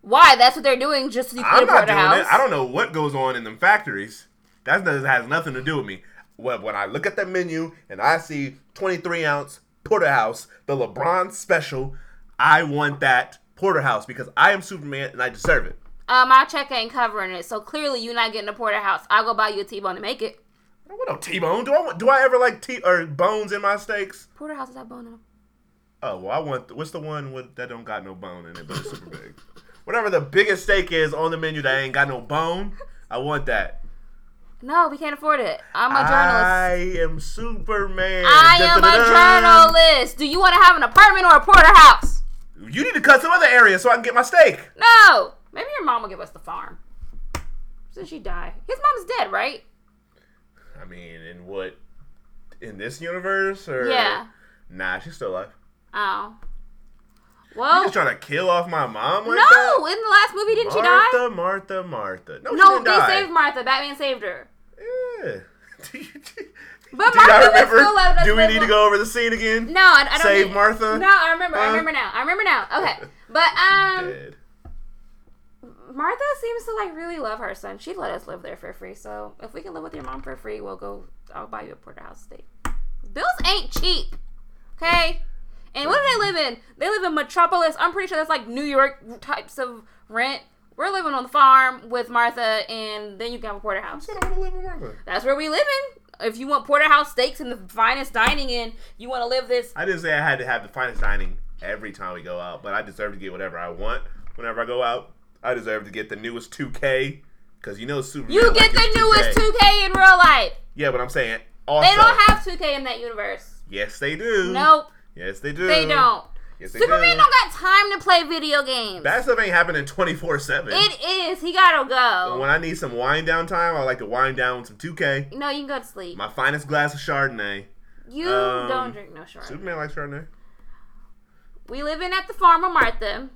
S3: Why? That's what they're doing, just so you can
S2: I'm
S3: get a
S2: not doing
S3: porterhouse.
S2: it. I don't know what goes on in them factories. That does has nothing to do with me. Well, when I look at the menu and I see 23 ounce porterhouse, the LeBron special, I want that porterhouse because I am Superman and I deserve it.
S3: Uh, my check ain't covering it, so clearly you're not getting a porterhouse. I'll go buy you a T-bone and make it.
S2: I don't want no T-bone. Do I want, do I ever like T or bones in my steaks?
S3: Porterhouse is that bone in them.
S2: Oh well, I want what's the one with that don't got no bone in it, but it's super big. [LAUGHS] Whatever the biggest steak is on the menu that ain't got no bone, I want that.
S3: No, we can't afford it. I'm a journalist.
S2: I am Superman.
S3: I am
S2: Dun-dun-dun.
S3: a journalist. Do you want to have an apartment or a porterhouse?
S2: You need to cut some other area so I can get my steak.
S3: No. Maybe your mom will give us the farm. Since she died, his mom's dead, right?
S2: I mean, in what in this universe or
S3: Yeah.
S2: Nah, she's still alive.
S3: Oh.
S2: You
S3: Well,
S2: just trying to kill off my mom like that?
S3: no. In the last movie, didn't she die?
S2: Martha, Martha, Martha. No, she
S3: No,
S2: didn't
S3: they
S2: die.
S3: saved Martha. Batman saved her.
S2: Yeah. [LAUGHS] Do you- do-
S3: But
S2: do you not
S3: Martha was
S2: remember?
S3: still alive. That's
S2: Do we
S3: what-
S2: need to go over the scene again?
S3: No, I, I don't.
S2: Save
S3: need-
S2: Martha?
S3: No, I remember. I
S2: Huh?
S3: remember now. I remember now.
S2: [LAUGHS]
S3: Okay, but um,
S2: Dead.
S3: Martha seems to like really love her son. She let us live there for free, so if we can live with your mom for free, we'll go. I'll buy you a porterhouse steak. Bills ain't cheap, okay? And what do they live in? They live in Metropolis. I'm pretty sure that's like New York types of rent. We're living on the farm with Martha, and then you can have a porterhouse.
S2: I don't want to live with Martha.
S3: That's where we live in. If you want porterhouse steaks and the finest dining in, you want to live this
S2: I didn't say I had to have the finest dining every time we go out, but I deserve to get whatever I want whenever I go out. I deserve to get the newest 2K because you know Super.
S3: You get the newest 2K in real life.
S2: Yeah, but I'm saying also.
S3: They don't have 2K in that universe.
S2: Yes, they do.
S3: Nope,
S2: Yes, they do.
S3: they don't.
S2: Yes, they
S3: Superman
S2: do.
S3: don't got time to play video games.
S2: That stuff ain't happening 24 7.
S3: it is. He gotta go.
S2: When I need some wind down time, I like to wind down with some 2K.
S3: No, you can go to sleep.
S2: My finest glass of Chardonnay.
S3: You
S2: um,
S3: don't drink no short.
S2: Superman likes Chardonnay.
S3: We living at the farm with Martha,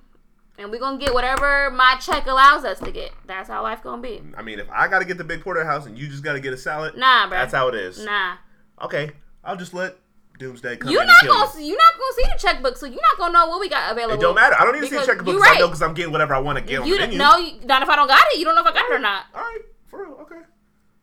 S3: and we gonna get whatever my check allows us to get. That's how life gonna be.
S2: I mean, if I gotta get the big porterhouse and you just gotta get a salad,
S3: Nah, bro.
S2: that's how it is.
S3: Nah.
S2: Okay, I'll just let Doomsday come
S3: You're
S2: in and
S3: not
S2: kill
S3: gonna
S2: you.
S3: see, you're not gonna see the checkbook, so you're not gonna know what we got available.
S2: It don't matter. I don't need to see a
S3: Because
S2: checkbook
S3: you
S2: because I
S3: right.
S2: know because I'm getting whatever I want to get on
S3: You
S2: the
S3: don't
S2: menu.
S3: know, you- not if I don't got it. You don't know if I got it or not.
S2: All right, for real. Okay.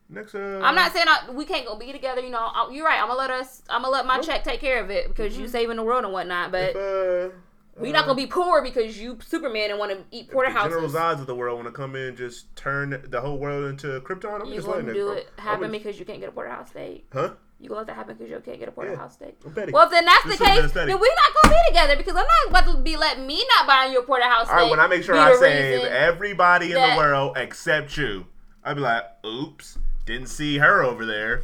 S2: Next. Uh,
S3: I'm not saying I, we can't go be together. You know, I, you're right. I'm gonna let us. I'm gonna let my
S2: Nope. Mm-hmm.
S3: check take care of it because you saving the world and whatnot.
S2: If,
S3: But
S2: uh,
S3: we're not gonna be poor because you Superman and want to eat
S2: The General
S3: porterhouses.
S2: Zod's of the world want to come in and just turn the whole world into Krypton. I'm
S3: You
S2: just letting
S3: gonna do it
S2: go. I'm
S3: happen
S2: just-
S3: because you can't get a porterhouse steak.
S2: Huh?
S3: You gonna let that happen because you can't get a porterhouse steak.
S2: I'm petty.
S3: Well, if then that's
S2: This
S3: the
S2: is
S3: case,
S2: petty.
S3: then we're not gonna be together because I'm not about to be letting me not buying you a porterhouse
S2: All
S3: steak.
S2: right, when I make sure
S3: be
S2: I
S3: the
S2: save
S3: reason-
S2: everybody in the
S3: that-
S2: world except you, I'd be like, oops, didn't see her over there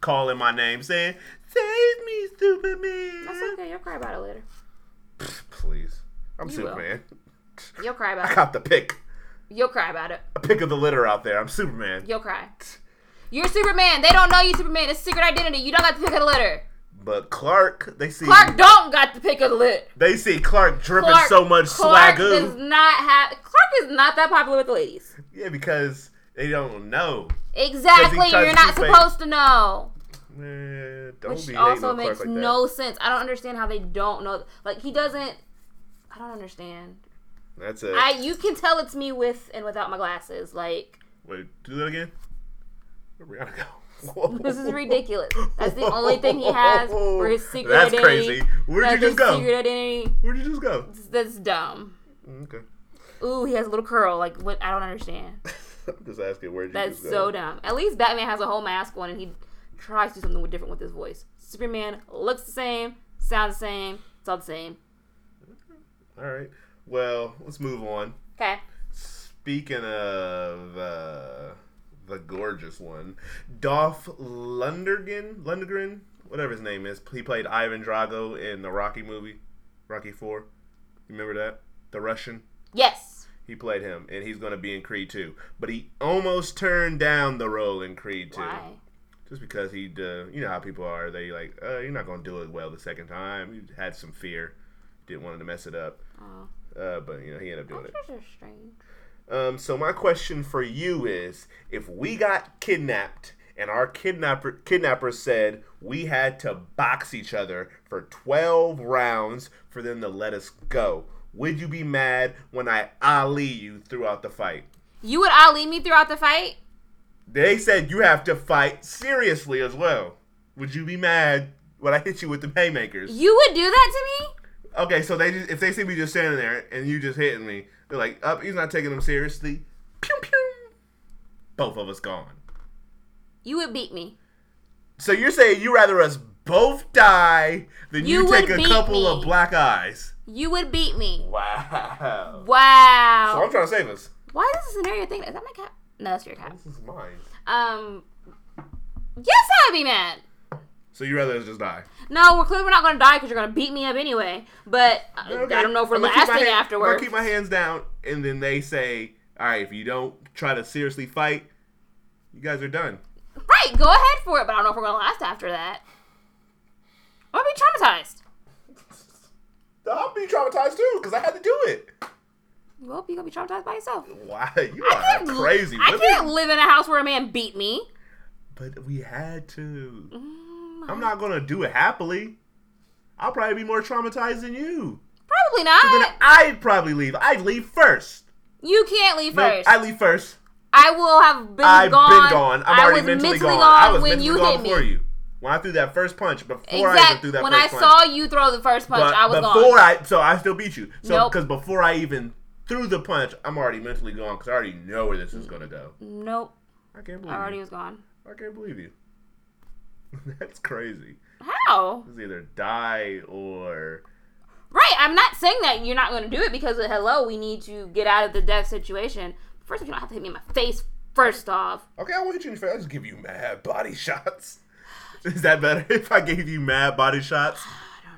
S2: calling my name saying, save me, Superman.
S3: That's okay. You'll cry about it later.
S2: Please. I'm
S3: You
S2: Superman. [LAUGHS]
S3: You'll cry
S2: I
S3: about it.
S2: got the pick.
S3: You'll cry about it.
S2: A pick of the litter out there. I'm Superman.
S3: You'll cry. You're Superman. They don't know you Superman. It's secret identity. You don't got to pick of the litter.
S2: But Clark, they see
S3: Clark don't got the pick of the lit.
S2: they see Clark dripping
S3: Clark,
S2: so much
S3: Clark
S2: swagoo.
S3: does not have. Clark is not that popular with the ladies.
S2: Yeah, because they don't know. Because
S3: Exactly,
S2: he tries to
S3: you're not
S2: keep it-
S3: supposed to know,
S2: Eh, don't
S3: which
S2: be hating
S3: also
S2: on Clark
S3: makes
S2: like
S3: no sense. I don't understand how they don't know. Like he doesn't. I don't understand.
S2: that. That's it.
S3: I you can tell it's me with and without my glasses. Like
S2: Wait, do that again. Where'd Rihanna go? Whoa.
S3: this is ridiculous.
S2: [LAUGHS]
S3: That's the only thing he has for his secret
S2: That's
S3: identity.
S2: crazy. Where'd you
S3: That's
S2: just
S3: his
S2: go?
S3: Secret identity.
S2: Where'd you just go?
S3: That's dumb.
S2: Okay. [LAUGHS]
S3: Ooh, he has a little curl. Like what? I don't understand.
S2: I'm just asking where'd you
S3: That's
S2: just go?
S3: so dumb. At least Batman has a whole mask on and he tries to do something different with his voice. Superman looks the same, sounds the same, it's all the same.
S2: All right. Well, let's move on.
S3: Okay.
S2: Speaking of uh, the gorgeous one, Dolph Lundgren, Lundgren, whatever his name is, he played Ivan Drago in the Rocky movie, Rocky Four. You remember that? The Russian.
S3: Yes.
S2: He played him, and he's going to be in Creed 2. But he almost turned down the role in Creed 2.
S3: Why?
S2: Just because he, uh, you know how people are. They like, uh, you're not going to do it well the second time. You had some fear. Didn't want to mess it up.
S3: Oh,
S2: Uh, but, you know, he ended up doing it.
S3: actors are strange.
S2: Um, so my question for you is, if we got kidnapped and our kidnapper kidnapper said we had to box each other for 12 rounds for them to let us go, would you be mad when I Ali you throughout the fight?
S3: You would Ali me throughout the fight?
S2: They said you have to fight seriously as well. Would you be mad when I hit you with the haymakers?
S3: You would do that to me?
S2: Okay, so they just, if they see me just standing there and you just hitting me, they're like, "Up, he's not taking them seriously." Pew pew. Both of us gone.
S3: You would beat me.
S2: So you're saying you rather us both die than you,
S3: You would
S2: take a
S3: beat
S2: couple
S3: me.
S2: of black eyes?
S3: You would beat me.
S2: Wow. So I'm
S3: Wow.
S2: trying to save us.
S3: Why is this scenario thing? Is that my cat? No, that's your cat.
S2: This is mine.
S3: Um. Yes, I'd be mad.
S2: So you rather us just die?
S3: No, we're clearly not gonna die because you're gonna beat me up anyway. But uh,
S2: Okay.
S3: I don't know if we're
S2: I'm gonna keep my
S3: lasting
S2: hand- I'm
S3: afterwards.
S2: gonna keep my hands down, and then they say, "All right, if you don't try to seriously fight, you guys are done."
S3: Right, go ahead for it, but I don't know if we're gonna last after that. I'm gonna be traumatized.
S2: I'll be traumatized too because I had to do it.
S3: You hope you're gonna be traumatized by yourself.
S2: Wow, you are
S3: can't-
S2: crazy.
S3: I
S2: women.
S3: can't live in a house where a man beat me.
S2: But we had to.
S3: Mm,
S2: I'm not gonna do it happily. I'll probably be more traumatized than you. Then
S3: probably not.
S2: I'd probably leave. I'd leave first.
S3: You can't leave
S2: No,
S3: first.
S2: I leave first.
S3: I will have been
S2: I've
S3: gone.
S2: been gone. I'm
S3: I
S2: already
S3: was
S2: mentally, gone. I was
S3: when
S2: mentally
S3: you
S2: gone
S3: hit
S2: before
S3: me.
S2: you. When I threw that first punch, before I even
S3: Exactly.
S2: threw that
S3: When I
S2: first punch.
S3: saw you throw the first punch,
S2: But
S3: I was
S2: before
S3: gone.
S2: I, so I still beat you. So
S3: Nope.
S2: because before I even threw the punch, I'm already mentally gone because I already know where this is gonna go.
S3: nope.
S2: I can't believe
S3: I already
S2: you.
S3: was gone.
S2: I can't believe you. [LAUGHS] That's crazy.
S3: How?
S2: It's either die or
S3: Right. I'm not saying that you're not going to do it because of hello. We need to get out of the death situation. First, you don't have to hit me in my face. First off,
S2: okay. I won't hit you in the face. I'll just give you mad body [LAUGHS] shots. Is that better? [LAUGHS] If I gave you mad body
S3: [SIGHS]
S2: shots,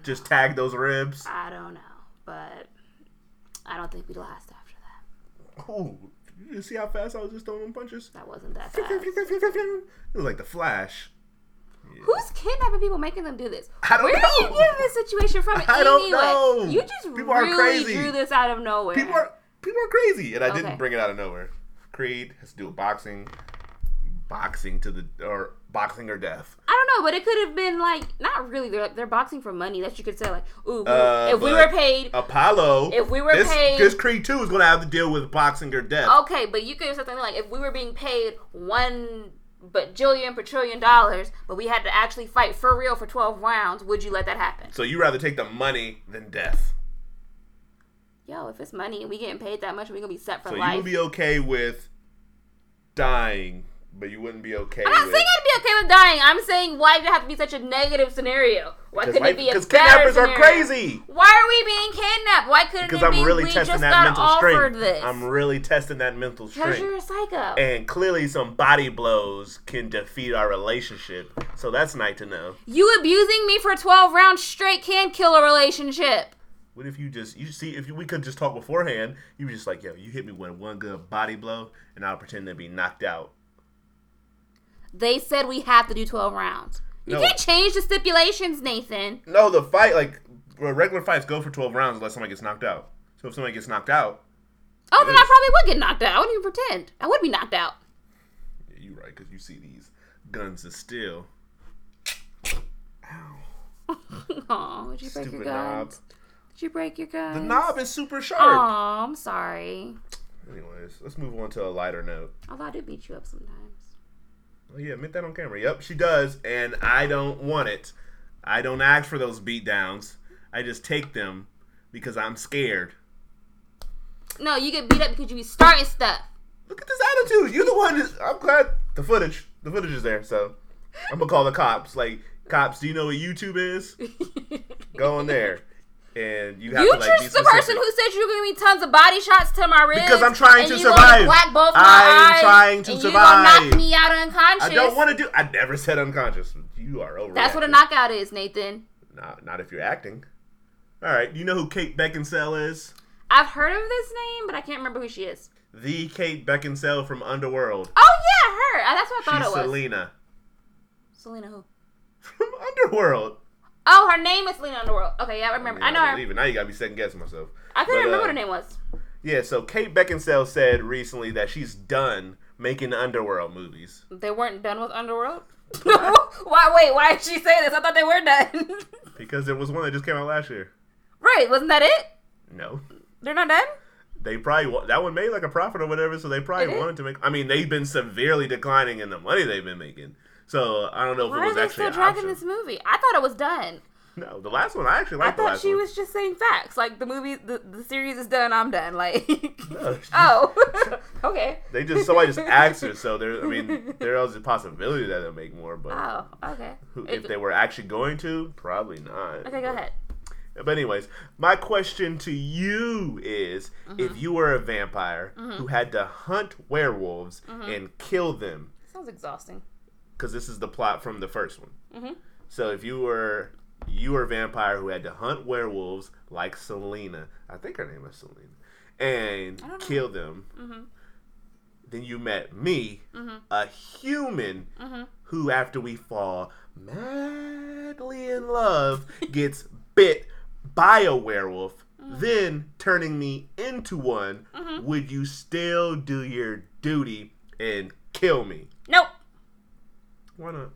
S2: just tag those ribs.
S3: I don't know, but I don't think we last after that.
S2: Oh, you see how fast I was just throwing punches?
S3: That wasn't that fast.
S2: It was like the Flash.
S3: Who's kidnapping people, making them do this?
S2: I don't
S3: Where
S2: know.
S3: are you getting this situation from?
S2: [LAUGHS] I don't
S3: anyway?
S2: know.
S3: You just
S2: People are
S3: really
S2: crazy.
S3: drew this out of nowhere.
S2: People are people are crazy, and I didn't
S3: Okay.
S2: bring it out of nowhere. Creed has to do with boxing, boxing to the or boxing or death.
S3: I don't know, but it could have been like not really. They're they're boxing for money that you could say like, ooh,
S2: Uh,
S3: if we were
S2: but-
S3: paid.
S2: Apollo.
S3: If we were
S2: this,
S3: paid- Oh.
S2: this Creed two is gonna have to deal with boxing or death.
S3: Okay, but you could have said something like, if we were being paid one bajillion, petrillion dollars, but we had to actually fight for real for twelve rounds, would you let that happen?
S2: So you rather take the money than death.
S3: Yo, if it's money and we getting paid that much, we gonna be set for
S2: So you
S3: life.
S2: would be okay with dying, but you wouldn't be okay.
S3: I'm not
S2: with...
S3: saying I'd be okay with dying. I'm saying why did it have to be such a negative scenario? Why couldn't it be a better
S2: Because kidnappers
S3: scenario?
S2: are crazy.
S3: Why are we being kidnapped? Why couldn't
S2: Because
S3: it be
S2: I'm really
S3: we
S2: testing
S3: just
S2: that
S3: got
S2: mental
S3: offered
S2: strength.
S3: this?
S2: I'm really testing that mental
S3: because you're
S2: strength.
S3: a psycho.
S2: And clearly, some body blows can defeat our relationship. So that's nice to know.
S3: you abusing me for 12 rounds straight can kill a relationship.
S2: What if you just you see if you, we could just talk beforehand? You were just like, yo, you hit me with one good body blow, and I'll pretend to be knocked out.
S3: They said we have to do 12 rounds. You
S2: No.
S3: can't change the stipulations, Nathan.
S2: No, the fight like well, regular fights go for twelve rounds unless somebody gets knocked out. So if somebody gets knocked out,
S3: Oh, then
S2: Yes.
S3: I probably would get knocked out. I wouldn't even pretend. I would be knocked out. [LAUGHS]
S2: yeah, you right because you see these guns is still
S3: Aw, would you break
S2: stupid
S3: your gun?
S2: knob.
S3: Did you break your gun?
S2: The knob is super sharp.
S3: Aw, I'm sorry.
S2: Anyways, let's move on to a lighter note.
S3: Although I do beat you up sometimes.
S2: Oh yeah, admit that on camera. Yep, she does, and I don't want it. I don't ask for those beatdowns. I just take them because I'm scared.
S3: No, you get beat up because you be starting stuff.
S2: Look at this attitude. You're the one. That's, I'm glad the footage. The footage is there, so I'm gonna call the cops. Like, cops, do you know what YouTube is? Go on there, and you have
S3: You
S2: to like be
S3: just the person
S2: specific.
S3: who said you were giving me tons of body shots to my ribs.
S2: Because I'm trying
S3: and
S2: to
S3: you gonna
S2: survive.
S3: Black both my
S2: I'm
S3: eyes,
S2: trying to
S3: and You gonna
S2: survive.
S3: knock me out unconscious.
S2: I don't want to do. I never said unconscious. You are over.
S3: That's what a knockout is, Nathan.
S2: Not, not if you're acting. All right. You know who Kate Beckinsale is?
S3: I've heard of this name, but I can't remember who she is.
S2: The Kate Beckinsale from Underworld.
S3: Oh yeah, her. Uh, That's what I thought
S2: She's
S3: it was.
S2: Selena [LAUGHS]
S3: Selena who?
S2: from Underworld.
S3: Oh, her name is Selena Underworld. Okay, yeah, I remember. I,
S2: mean,
S3: know her.
S2: believe it. Now you gotta be second guessing myself.
S3: I couldn't
S2: But,
S3: remember
S2: uh,
S3: what her name was.
S2: Yeah. So Kate Beckinsale said recently that she's done making Underworld movies.
S3: They weren't done with [LAUGHS] Underworld. why? Wait, why did she say this? I thought they were done. [LAUGHS]
S2: Because there was one that just came out last year.
S3: right? Wasn't that it?
S2: No.
S3: They're not done.
S2: They probably wa- that one made like a profit or whatever, so they probably
S3: Did it?
S2: wanted to make. I mean, they've been severely declining in the money they've been making. So I don't know if
S3: Why
S2: it
S3: are
S2: was
S3: they
S2: actually
S3: still
S2: an
S3: dragging
S2: option.
S3: this movie? I thought it was done.
S2: No, the last one I actually
S3: I
S2: liked. the
S3: thought
S2: last
S3: she
S2: one.
S3: was just saying facts. Like the movie, the, the series is done. I'm done. Like, [LAUGHS]
S2: No, she-
S3: oh, [LAUGHS] okay.
S2: [LAUGHS] They just somebody just asked her, so there. I mean, there is a possibility that they'll make more, but
S3: Oh, okay.
S2: who-
S3: It-
S2: if they were actually going to, probably not.
S3: okay, go ahead.
S2: But anyways, my question to you is:
S3: Mm-hmm.
S2: If you were a vampire who had to hunt werewolves
S3: Mm-hmm.
S2: and kill them,
S3: Sounds exhausting.
S2: because this is the plot from the first one. So if you were you were a vampire who had to hunt werewolves like Selena, I think her name is Selena, and kill them. Then you met me, a human, who after we fall madly madly in love gets bit by a werewolf, then turning me into one, would you still do your duty and kill me?
S3: Nope.
S2: Why not?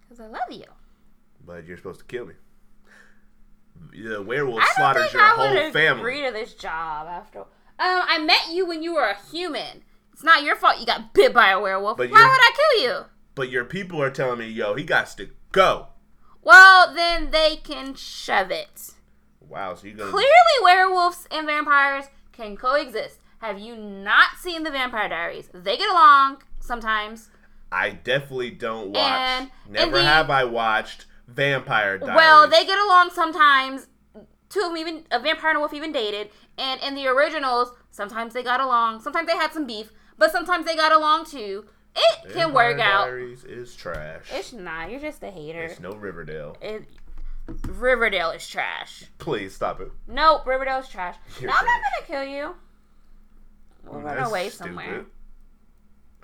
S3: Because I love you.
S2: But you're supposed to kill me. The werewolf
S3: I don't
S2: slaughters
S3: think
S2: your
S3: I
S2: whole
S3: would agree
S2: family.
S3: to this job after. Um, I met you when you were a human. It's not your fault you got bit by a werewolf.
S2: But
S3: Why
S2: you're-
S3: would I kill you?
S2: But your people are telling me, yo, he got to go.
S3: Well, then they can shove it.
S2: Wow, so you're gonna
S3: Clearly, werewolves and vampires can coexist. Have you not seen the Vampire Diaries? They get along sometimes.
S2: I definitely don't watch.
S3: And-
S2: Never
S3: and the-
S2: have I watched Vampire Diaries.
S3: Well, they get along sometimes. Two of them even a vampire and a wolf even dated, and in the originals, sometimes they got along. Sometimes they had some beef, but sometimes they got along too. It can
S2: Vampire
S3: work out.
S2: Diaries is trash. It's,
S3: It's not. You're just a hater.
S2: no Riverdale.
S3: It, Riverdale is trash.
S2: Please stop it.
S3: Nope, Riverdale is trash.
S2: You're
S3: no, I'm not
S2: trash.
S3: gonna kill you. We'll run
S2: That's
S3: away
S2: stupid.
S3: somewhere.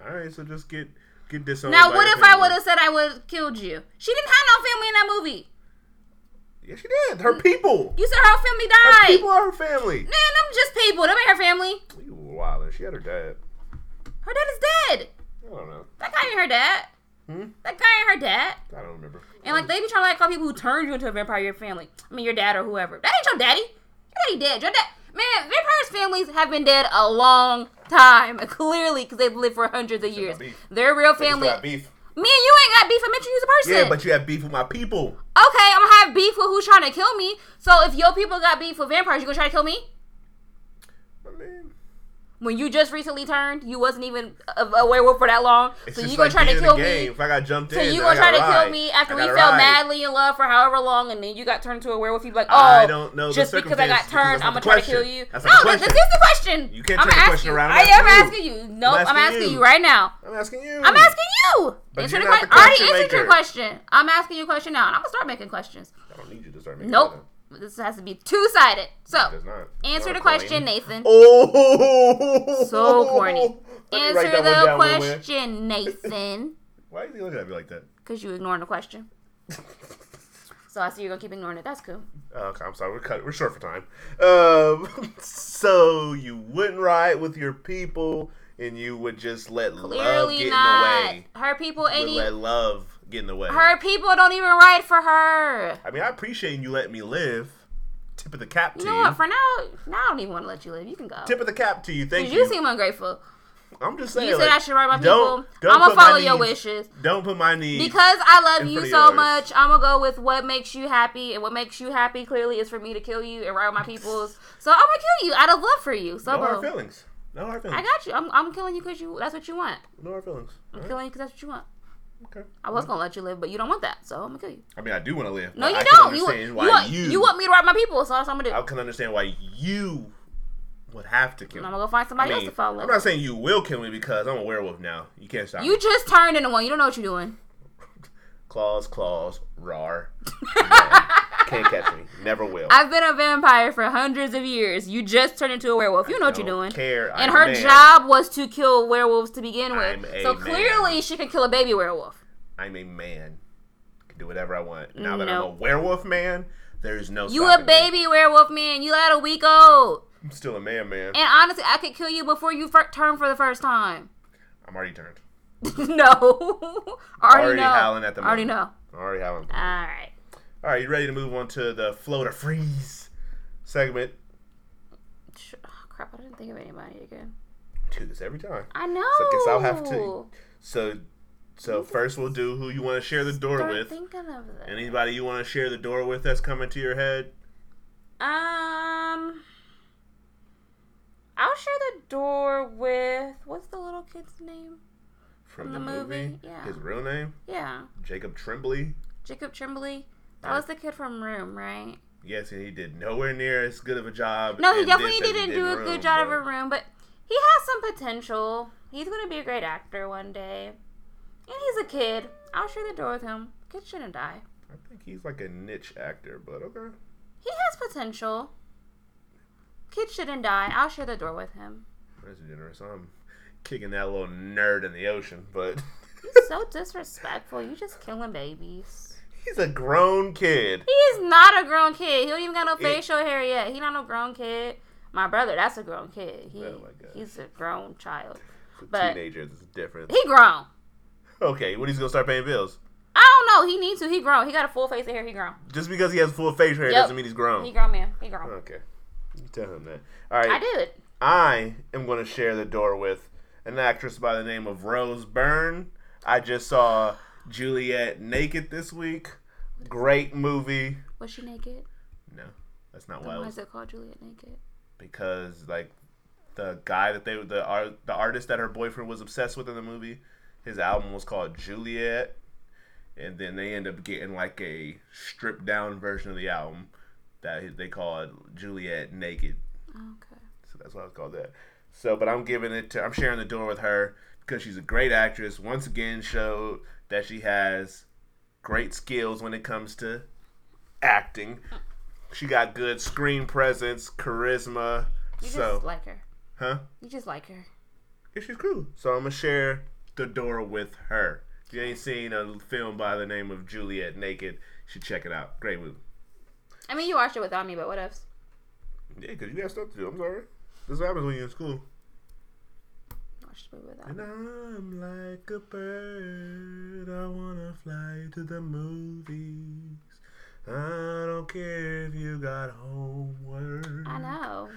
S2: All right, so just get get disowned.
S3: Now,
S2: by
S3: what
S2: your
S3: if I
S2: family.
S3: would have said I would have killed you? She didn't have no family in that movie.
S2: Yeah, she did. Her people.
S3: You said her whole family
S2: Her
S3: died.
S2: people are her family.
S3: Man, them just people. Them ain't her family.
S2: You wildin'. She had her dad.
S3: Her dad is dead.
S2: I don't know.
S3: That guy ain't her dad.
S2: Hmm?
S3: That guy ain't her dad.
S2: I don't remember.
S3: And like they be trying to like call people who turned you into a vampire your family. I mean your dad or whoever. That ain't your daddy. Your daddy dead. Your dad. Man, vampires' families have been dead a long time, [LAUGHS] clearly, because they've lived for hundreds of years.
S2: beef.
S3: Their real
S2: They just
S3: family.
S2: got beef.
S3: Me and you ain't got beef. I met you as a person.
S2: Yeah, but you have beef with my people.
S3: okay, I'm gonna have beef with who's trying to kill me. So if your people got beef with vampires, you gonna try to kill me?
S2: I mean,
S3: When you just recently turned, you wasn't even a, a werewolf for that long.
S2: it's
S3: so
S2: just
S3: you gonna
S2: like
S3: try to
S2: being in
S3: kill
S2: a game.
S3: me?
S2: If I got jumped
S3: So
S2: in,
S3: you
S2: then I
S3: gonna try to
S2: gotta
S3: kill
S2: ride.
S3: me after
S2: I
S3: we
S2: gotta
S3: fell
S2: ride.
S3: madly in love for however long, and then you got turned into a werewolf? You be like, oh,
S2: I don't know the
S3: just because I got
S2: circumstances, because
S3: turned,
S2: that's
S3: I'm
S2: not
S3: gonna
S2: the
S3: try to kill
S2: question.
S3: you.
S2: That's
S3: no,
S2: not the
S3: this,
S2: question.
S3: this is the question.
S2: You can't
S3: I'm
S2: turn the
S3: ask
S2: question
S3: you.
S2: around. I'm
S3: I am
S2: asking
S3: asking
S2: you.
S3: you. Nope,
S2: I'm
S3: I'm
S2: asking
S3: asking
S2: you.
S3: you right now.
S2: I'm asking you.
S3: I'm asking you.
S2: But
S3: Answer
S2: you're
S3: the
S2: not the
S3: question. I already
S2: question
S3: answered your
S2: maker.
S3: question. I'm asking you a question now, and I'm gonna start making questions.
S2: I don't need you to start making that
S3: Nope.
S2: up.
S3: This has to be two sided. So,
S2: Does not. Not
S3: answer the
S2: corny.
S3: question, Nathan.
S2: Oh,
S3: So [LAUGHS] corny.
S2: Let me write that
S3: Answer
S2: one
S3: the
S2: down, Lil Wayne.
S3: question, Nathan.
S2: Why is he looking at me like that?
S3: Because you ignoring the question. So I see you're gonna keep ignoring it. That's cool.
S2: Uh, okay, I'm sorry. We're cut. We're short for time. Um, [LAUGHS] so you wouldn't ride with your people, and you would just let love
S3: Clearly
S2: get in the
S3: not.
S2: way.
S3: Her people ain't
S2: Would let
S3: even.
S2: love get in the way.
S3: Her people don't even write for her.
S2: I mean, I appreciate you letting me live. Tip of the cap to
S3: You
S2: you.
S3: know what? For now, now I don't even want to let you live. You can go.
S2: Tip of the cap to you. Thank
S3: Because
S2: you.
S3: you seem ungrateful.
S2: I'm just saying.
S3: You said
S2: like,
S3: I should write my people.
S2: don't- don't
S3: I'm gonna
S2: put my
S3: follow your
S2: needs-
S3: wishes.
S2: Don't put my needs.
S3: Because I
S2: in
S3: love
S2: front
S3: you
S2: of
S3: so
S2: yours.
S3: much, I'm gonna go with what makes you happy, and what makes you happy clearly is for me to kill you and ride with my peoples. So I'm gonna kill you out of love for you. So
S2: no hard
S3: boom.
S2: feelings. No hard feelings.
S3: I got you. I'm, I'm killing you because you that's what you want.
S2: no hard feelings.
S3: I'm
S2: Alright,
S3: killing you because that's what you want.
S2: okay.
S3: I was gonna let you live, but you don't want that, so I'm gonna kill you.
S2: I mean, I do want to live.
S3: Oh. No,
S2: but
S3: you
S2: I Can
S3: don't. You,
S2: understand
S3: want- you
S2: why
S3: want
S2: you,
S3: you, want me to ride my people, so that's what I'm gonna
S2: I
S3: do.
S2: can understand why you would have to kill
S3: And
S2: me.
S3: I'm gonna go find
S2: I
S3: somebody
S2: mean,
S3: else to follow.
S2: I'm not saying you will kill me because I'm a werewolf now. You can't stop
S3: you
S2: me.
S3: just turned into one. You don't know what you're doing.
S2: Claws, claws,
S3: [LAUGHS]
S2: rar. No. can't catch me. Never will.
S3: I've been a vampire for hundreds of years. You just turned into a werewolf. You know what
S2: Don't
S3: you're doing.
S2: Care. I'm
S3: And
S2: a
S3: her
S2: man.
S3: job was to kill werewolves to begin with.
S2: I'm a
S3: so
S2: man.
S3: clearly she can kill a baby werewolf.
S2: I'm a man. Can do whatever I want. Now that I'm a
S3: Nope.
S2: werewolf man, there's no.
S3: You a
S2: stopping me.
S3: baby werewolf man. You at a week old.
S2: I'm still a man, man.
S3: And honestly, I could kill you before you fir- turn for the first time. [LAUGHS]
S2: I'm already turned.
S3: no. [LAUGHS] I already
S2: Already
S3: know.
S2: howling at the
S3: I already know.
S2: moment. I'm already howling.
S3: All right.
S2: All right, you ready to move on to the float or freeze segment?
S3: Sh- oh, crap, I didn't think of anybody again.
S2: Do this every time.
S3: I know.
S2: So I guess I'll have to. So, so first we'll do who you want to share the door
S3: Start
S2: with.
S3: thinking of this.
S2: Anybody you want to share the door with that's coming to your head?
S3: Um, I'll share the door with what's the little kid's name?
S2: From
S3: From
S2: the,
S3: the
S2: movie?
S3: movie, yeah.
S2: His real name?
S3: Yeah,
S2: Jacob Tremblay?
S3: Jacob Tremblay.
S2: Right.
S3: That was the kid from Room, right?
S2: Yes, and he did nowhere near as good of a job.
S3: No, he
S2: in this
S3: definitely
S2: as he
S3: didn't
S2: did
S3: do a
S2: in Room,
S3: good job
S2: but
S3: of a Room, but he has some potential. He's gonna be a great actor one day, and he's a kid. I'll share the door with him. Kid shouldn't die.
S2: I think he's like a niche actor, but okay.
S3: He has potential. Kid shouldn't die. I'll share the door with him.
S2: That's generous. I'm kicking that little nerd in the ocean, but [LAUGHS]
S3: so disrespectful. You just killing babies.
S2: He's a grown kid.
S3: He is not a grown kid. He don't even got no
S2: It-
S3: facial hair yet. He not no grown kid. My brother, that's a grown kid. He,
S2: Oh my God.
S3: he's a grown child.
S2: It's a
S3: But-
S2: teenager. That's different.
S3: He grown.
S2: Okay, when he's gonna start paying bills?
S3: I don't know. He needs to. He grown. He got a full face of hair. He grown.
S2: Just because he has full facial hair
S3: Yep.
S2: doesn't mean he's grown.
S3: He grown man. He grown.
S2: Okay, you tell him that. All right,
S3: I did.
S2: I am going to share the door with an actress by the name of Rose Byrne. I just saw Juliet naked this week. Great movie.
S3: Was she naked?
S2: No, that's not why.
S3: Then
S2: I
S3: Why
S2: was-
S3: is it called Juliet naked?
S2: because like the guy that they the art the artist that her boyfriend was obsessed with in the movie, his album was called Juliet, and then they end up getting like a stripped down version of the album that they called Juliet Naked.
S3: Oh, Okay.
S2: So that's why it's called that. So, but I'm giving it to, I'm sharing the door with her because she's a great actress. Once again, showed that she has great skills when it comes to acting. She got good screen presence, charisma.
S3: You
S2: so,
S3: just like her.
S2: huh?
S3: You just like her.
S2: Yeah, she's cool. So I'm gonna share the door with her. If you ain't seen a film by the name of Juliet Naked, you should check it out. Great movie.
S3: I mean, you watched it without me, but what else?
S2: Yeah, because you got stuff to do. I'm sorry. This is what happens when you're in school.
S3: You Watched it without
S2: And
S3: me.
S2: I'm like a bird, I wanna fly to the movies. I don't care if you got homework.
S3: I know.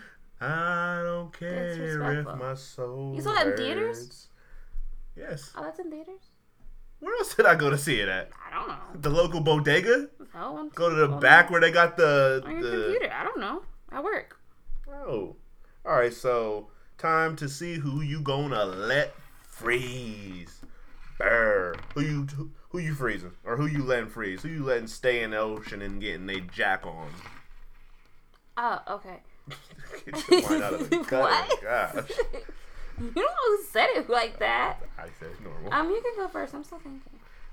S2: I don't care if
S3: Disrespectful.
S2: my soul.
S3: You saw that in theaters?
S2: hurts. Yes.
S3: Oh, that's in theaters.
S2: Where else did I go to see it at?
S3: I don't know.
S2: The local bodega?
S3: No, I'm
S2: Go to the
S3: on-
S2: back where they got the
S3: Oh. on your
S2: the
S3: computer. I don't know. I work.
S2: Oh. All right, so time to see who you gonna let freeze. Brr. Who you who you freezing or who you letting freeze? Who you letting stay in the ocean and getting they jack on? [LAUGHS]
S3: Oh, okay.
S2: Get your mind out of
S3: [LAUGHS]
S2: the gutter.
S3: What?
S2: Gosh.
S3: [LAUGHS] You don't know who said it like that.
S2: I said normal.
S3: Um, you can go first. I'm still thinking.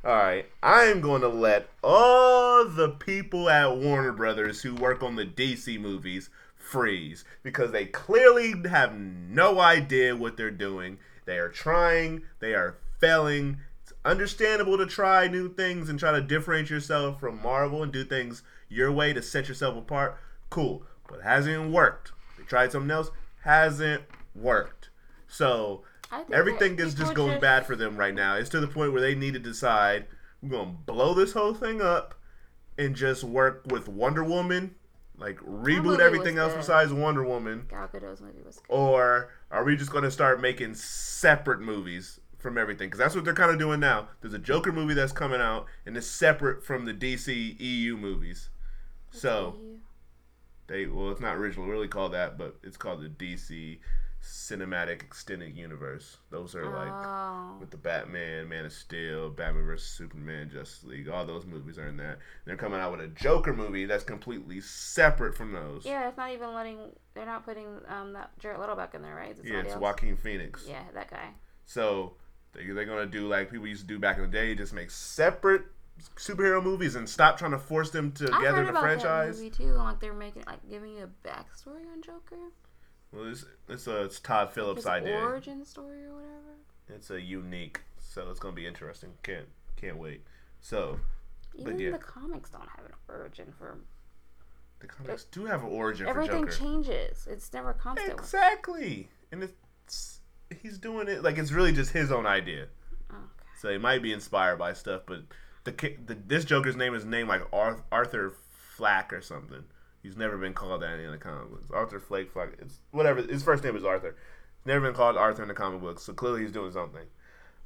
S2: All right, I'm going to let all the people at Warner Brothers who work on the DC movies freeze because they clearly have no idea what they're doing. They are trying, they are failing. It's understandable to try new things and try to differentiate yourself from Marvel and do things your way to set yourself apart. Cool, but it hasn't worked. They tried something else, hasn't worked. So
S3: I think that
S2: everything is just
S3: people
S2: going
S3: just-
S2: bad for them right now. It's to the point where they need to decide we're gonna blow this whole thing up and just work with Wonder Woman, like
S3: movie
S2: reboot
S3: was
S2: everything else
S3: good.
S2: besides Wonder Woman,
S3: Gal Gadot's movie was good.
S2: or are we just gonna start making separate movies? From everything, because that's what they're kind of doing now. There's a Joker movie that's coming out, and it's separate from the DC EU movies. So they well, it's not originally really called that, but it's called the DC Cinematic Extended Universe. Those are like
S3: oh,
S2: with the Batman, Man of Steel, Batman vs Superman, Justice League. All those movies are in that. They're coming out with a Joker movie that's completely separate from those.
S3: yeah. It's not even letting. They're not putting um that Jared Little back in there, right?
S2: Yeah,
S3: somebody
S2: it's
S3: else?
S2: Joaquin Phoenix.
S3: Yeah, that guy.
S2: So they, they're gonna do like people used to do back in the day, just make separate superhero movies and stop trying to force them
S3: I
S2: together
S3: heard
S2: in a
S3: about
S2: franchise.
S3: that movie too, and like they're making like giving you a backstory on Joker,
S2: Well, it's it's, uh, it's Todd Phillips'
S3: his
S2: idea.
S3: origin story or whatever.
S2: It's a unique, so it's gonna be interesting. Can't can't wait. So
S3: Even
S2: yeah.
S3: the comics don't have an origin for
S2: the comics do have an origin
S3: everything
S2: for Joker.
S3: changes. It's never constant. one.
S2: Exactly, and it's he's doing it like it's really just his own idea.
S3: Oh, Okay.
S2: So it might be inspired by stuff, but the, ki- the this Joker's name is named like Arth- Arthur Flack or something. He's never been called that in the comic books. Arthur Flake Flack. It's whatever. His first name is Arthur. Never been called Arthur in the comic books. So clearly he's doing something.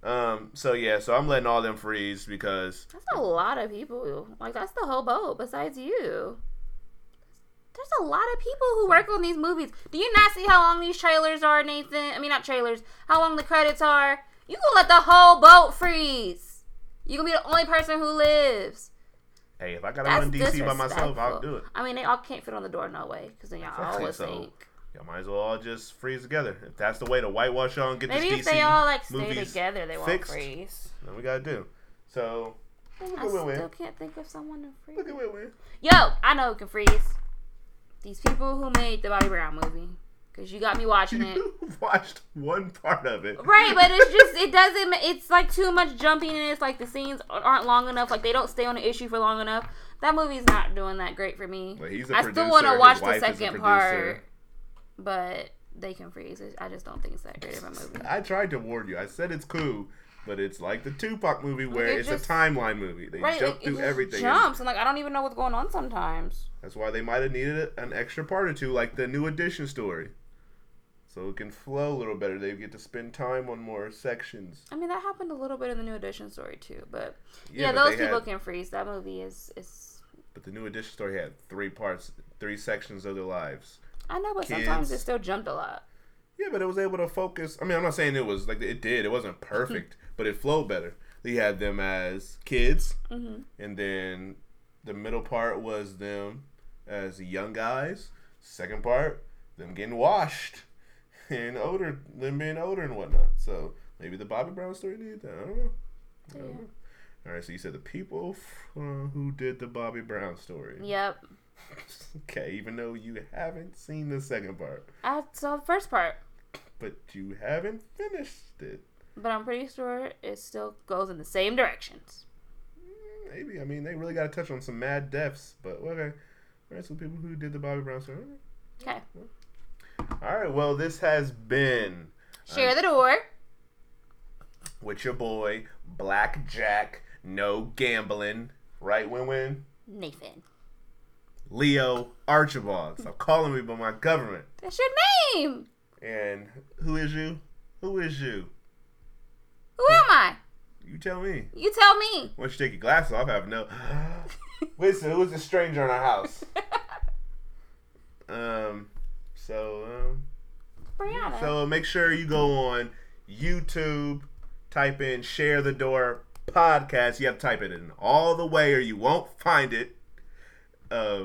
S2: Um. So yeah. So I'm letting all them freeze because
S3: That's a lot of people. Like that's the whole boat. Besides you, there's a lot of people who work on these movies. Do you not see how long these trailers are, Nathan? I mean, not trailers. How long the credits are? You gonna let the whole boat freeze? You gonna be the only person who lives.
S2: hey, if I gotta
S3: That's
S2: run DC by myself, I'll
S3: disrespectful.
S2: do it.
S3: I mean, they all can't fit on the door, no way. Because then y'all
S2: Exactly,
S3: always
S2: so-
S3: think.
S2: Y'all might as well all just freeze together. If that's the way to whitewash y'all and get
S3: Maybe
S2: this DC
S3: if they all like stay
S2: movies
S3: together, they won't
S2: fixed,
S3: freeze.
S2: Then we gotta do. So look
S3: I
S2: at win-win.
S3: still can't think of someone to freeze.
S2: Look at [LAUGHS] win-win.
S3: Yo, I know who can freeze. These people who made the Bobby Brown movie because you got me
S2: [LAUGHS]
S3: watching it.
S2: You watched one part of it.
S3: Mm. Right, but it's just it doesn't. ma- It's like too much jumping, and it's like the scenes aren't long enough. Like they don't stay on the issue for long enough. That movie's not doing that great for me.
S2: Well,
S3: I
S2: he's a
S3: still
S2: producer,
S3: want to
S2: his
S3: watch the
S2: wife is a producer.
S3: second part, but they can freeze. It- I just don't think it's that great of a movie.
S2: I tried to warn you. I said it's cool, but it's like the Tupac movie where
S3: It
S2: it's
S3: just-
S2: a timeline movie. They
S3: Right,
S2: jump
S3: like, it
S2: through
S3: just
S2: everything.
S3: Jumps and like I don't even know what's going on sometimes.
S2: That's why they might have needed an extra part or two, like the new edition story. So it can flow a little better. They get to spend time on more sections.
S3: I mean that happened a little bit in the New Edition story too, but
S2: Yeah,
S3: yeah,
S2: but
S3: those
S2: they
S3: people
S2: had-
S3: can freeze. That movie is is.
S2: But the new edition story had three parts, three sections of their lives.
S3: I know, but sometimes it
S2: Kids.
S3: still jumped a lot.
S2: Yeah, but it was able to focus. I mean, I'm not saying it was like it did. It wasn't perfect, but it flowed better. You had them as kids, and then the middle part was them as young guys. Second part, them getting washed, [LAUGHS] and older, them being older and whatnot. So maybe the Bobby Brown story did that. I don't know. I don't know. All right, so you said the people f- uh, who did the Bobby Brown story.
S3: Yep.
S2: [LAUGHS] Okay, even though you haven't seen the second part,
S3: I saw the first part.
S2: but you haven't finished it.
S3: but I'm pretty sure it still goes in the same directions.
S2: Maybe. I mean, they really got to touch on some mad deaths, but okay. All right, so people who did the Bobby Brown story.
S3: Okay.
S2: All right, well, this has been
S3: Share the door.
S2: with your boy, Black Jack, no gambling, right, Win Win?
S3: Nathan.
S2: Leo Archibald. Stop calling me by my government.
S3: That's your name.
S2: And who is you? Who is you?
S3: Who am I?
S2: You tell me.
S3: You tell me. [LAUGHS]
S2: Once you take your glasses off, I have no. [GASPS] Listen, who is the stranger in our house? um, so, um.
S3: Brianna.
S2: So make sure you go on YouTube, type in Share the Door podcast. You have to type it in all the way or you won't find it. Uh,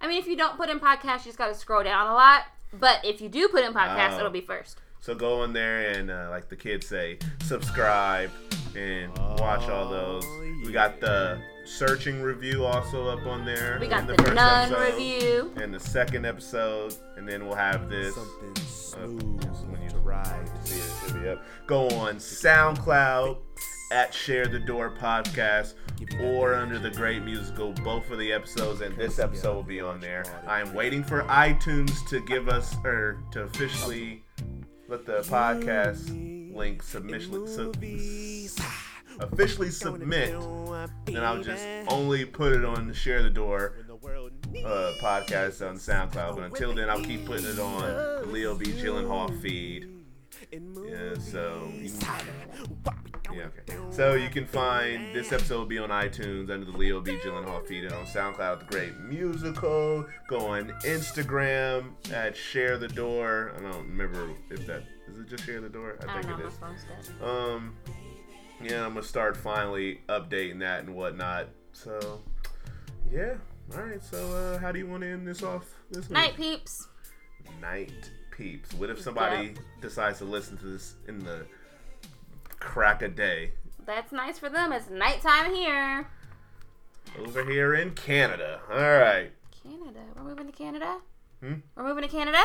S3: I mean, if you don't put in podcast, you just got to scroll down a lot. But if you do put in podcast,
S2: Oh.
S3: it'll be first.
S2: so go on there and, uh, like the kids say, subscribe and watch all those. We got the searching review also up on there.
S3: We got
S2: in
S3: the,
S2: first
S3: nun
S2: episode
S3: review.
S2: And the second episode. And then we'll have this.
S1: Something
S2: Uh,
S1: smooth
S2: when you
S1: to ride.
S2: See it, it should be up. Go on SoundCloud at Share the Door Podcast or under the Great Musical. Both of the episodes and this episode will be on there. I am waiting for iTunes to give us or to officially let the podcast link submission sub,
S1: Movies.
S2: officially submit. Then I'll just only put it on the Share the Door
S1: The world needs
S2: uh, podcast on SoundCloud. But until then, I'll keep putting it on Leo B. Gyllenhaal feed.
S1: in
S2: Yeah, so you can
S1: movies.
S2: Yeah, okay. So you can find this episode will be on iTunes under the Leo B. Gyllenhaal feed and on SoundCloud, The Great Musical. Go on Instagram at Share the Door. I don't remember if that is it. Just Share the Door. I
S3: I
S2: think
S3: don't know
S2: it
S3: my
S2: is.
S3: phone's dead.
S2: Um, yeah, I'm gonna start finally updating that and whatnot. So, yeah. All right. So, uh, how do you want to end this off this week?
S3: Night peeps.
S2: night peeps. What if somebody decides to listen to this in the crack of day?
S3: That's nice for them. It's nighttime here.
S2: Those are here in Canada. All right.
S3: Canada. We're moving to Canada.
S2: Hmm?
S3: We're moving to Canada.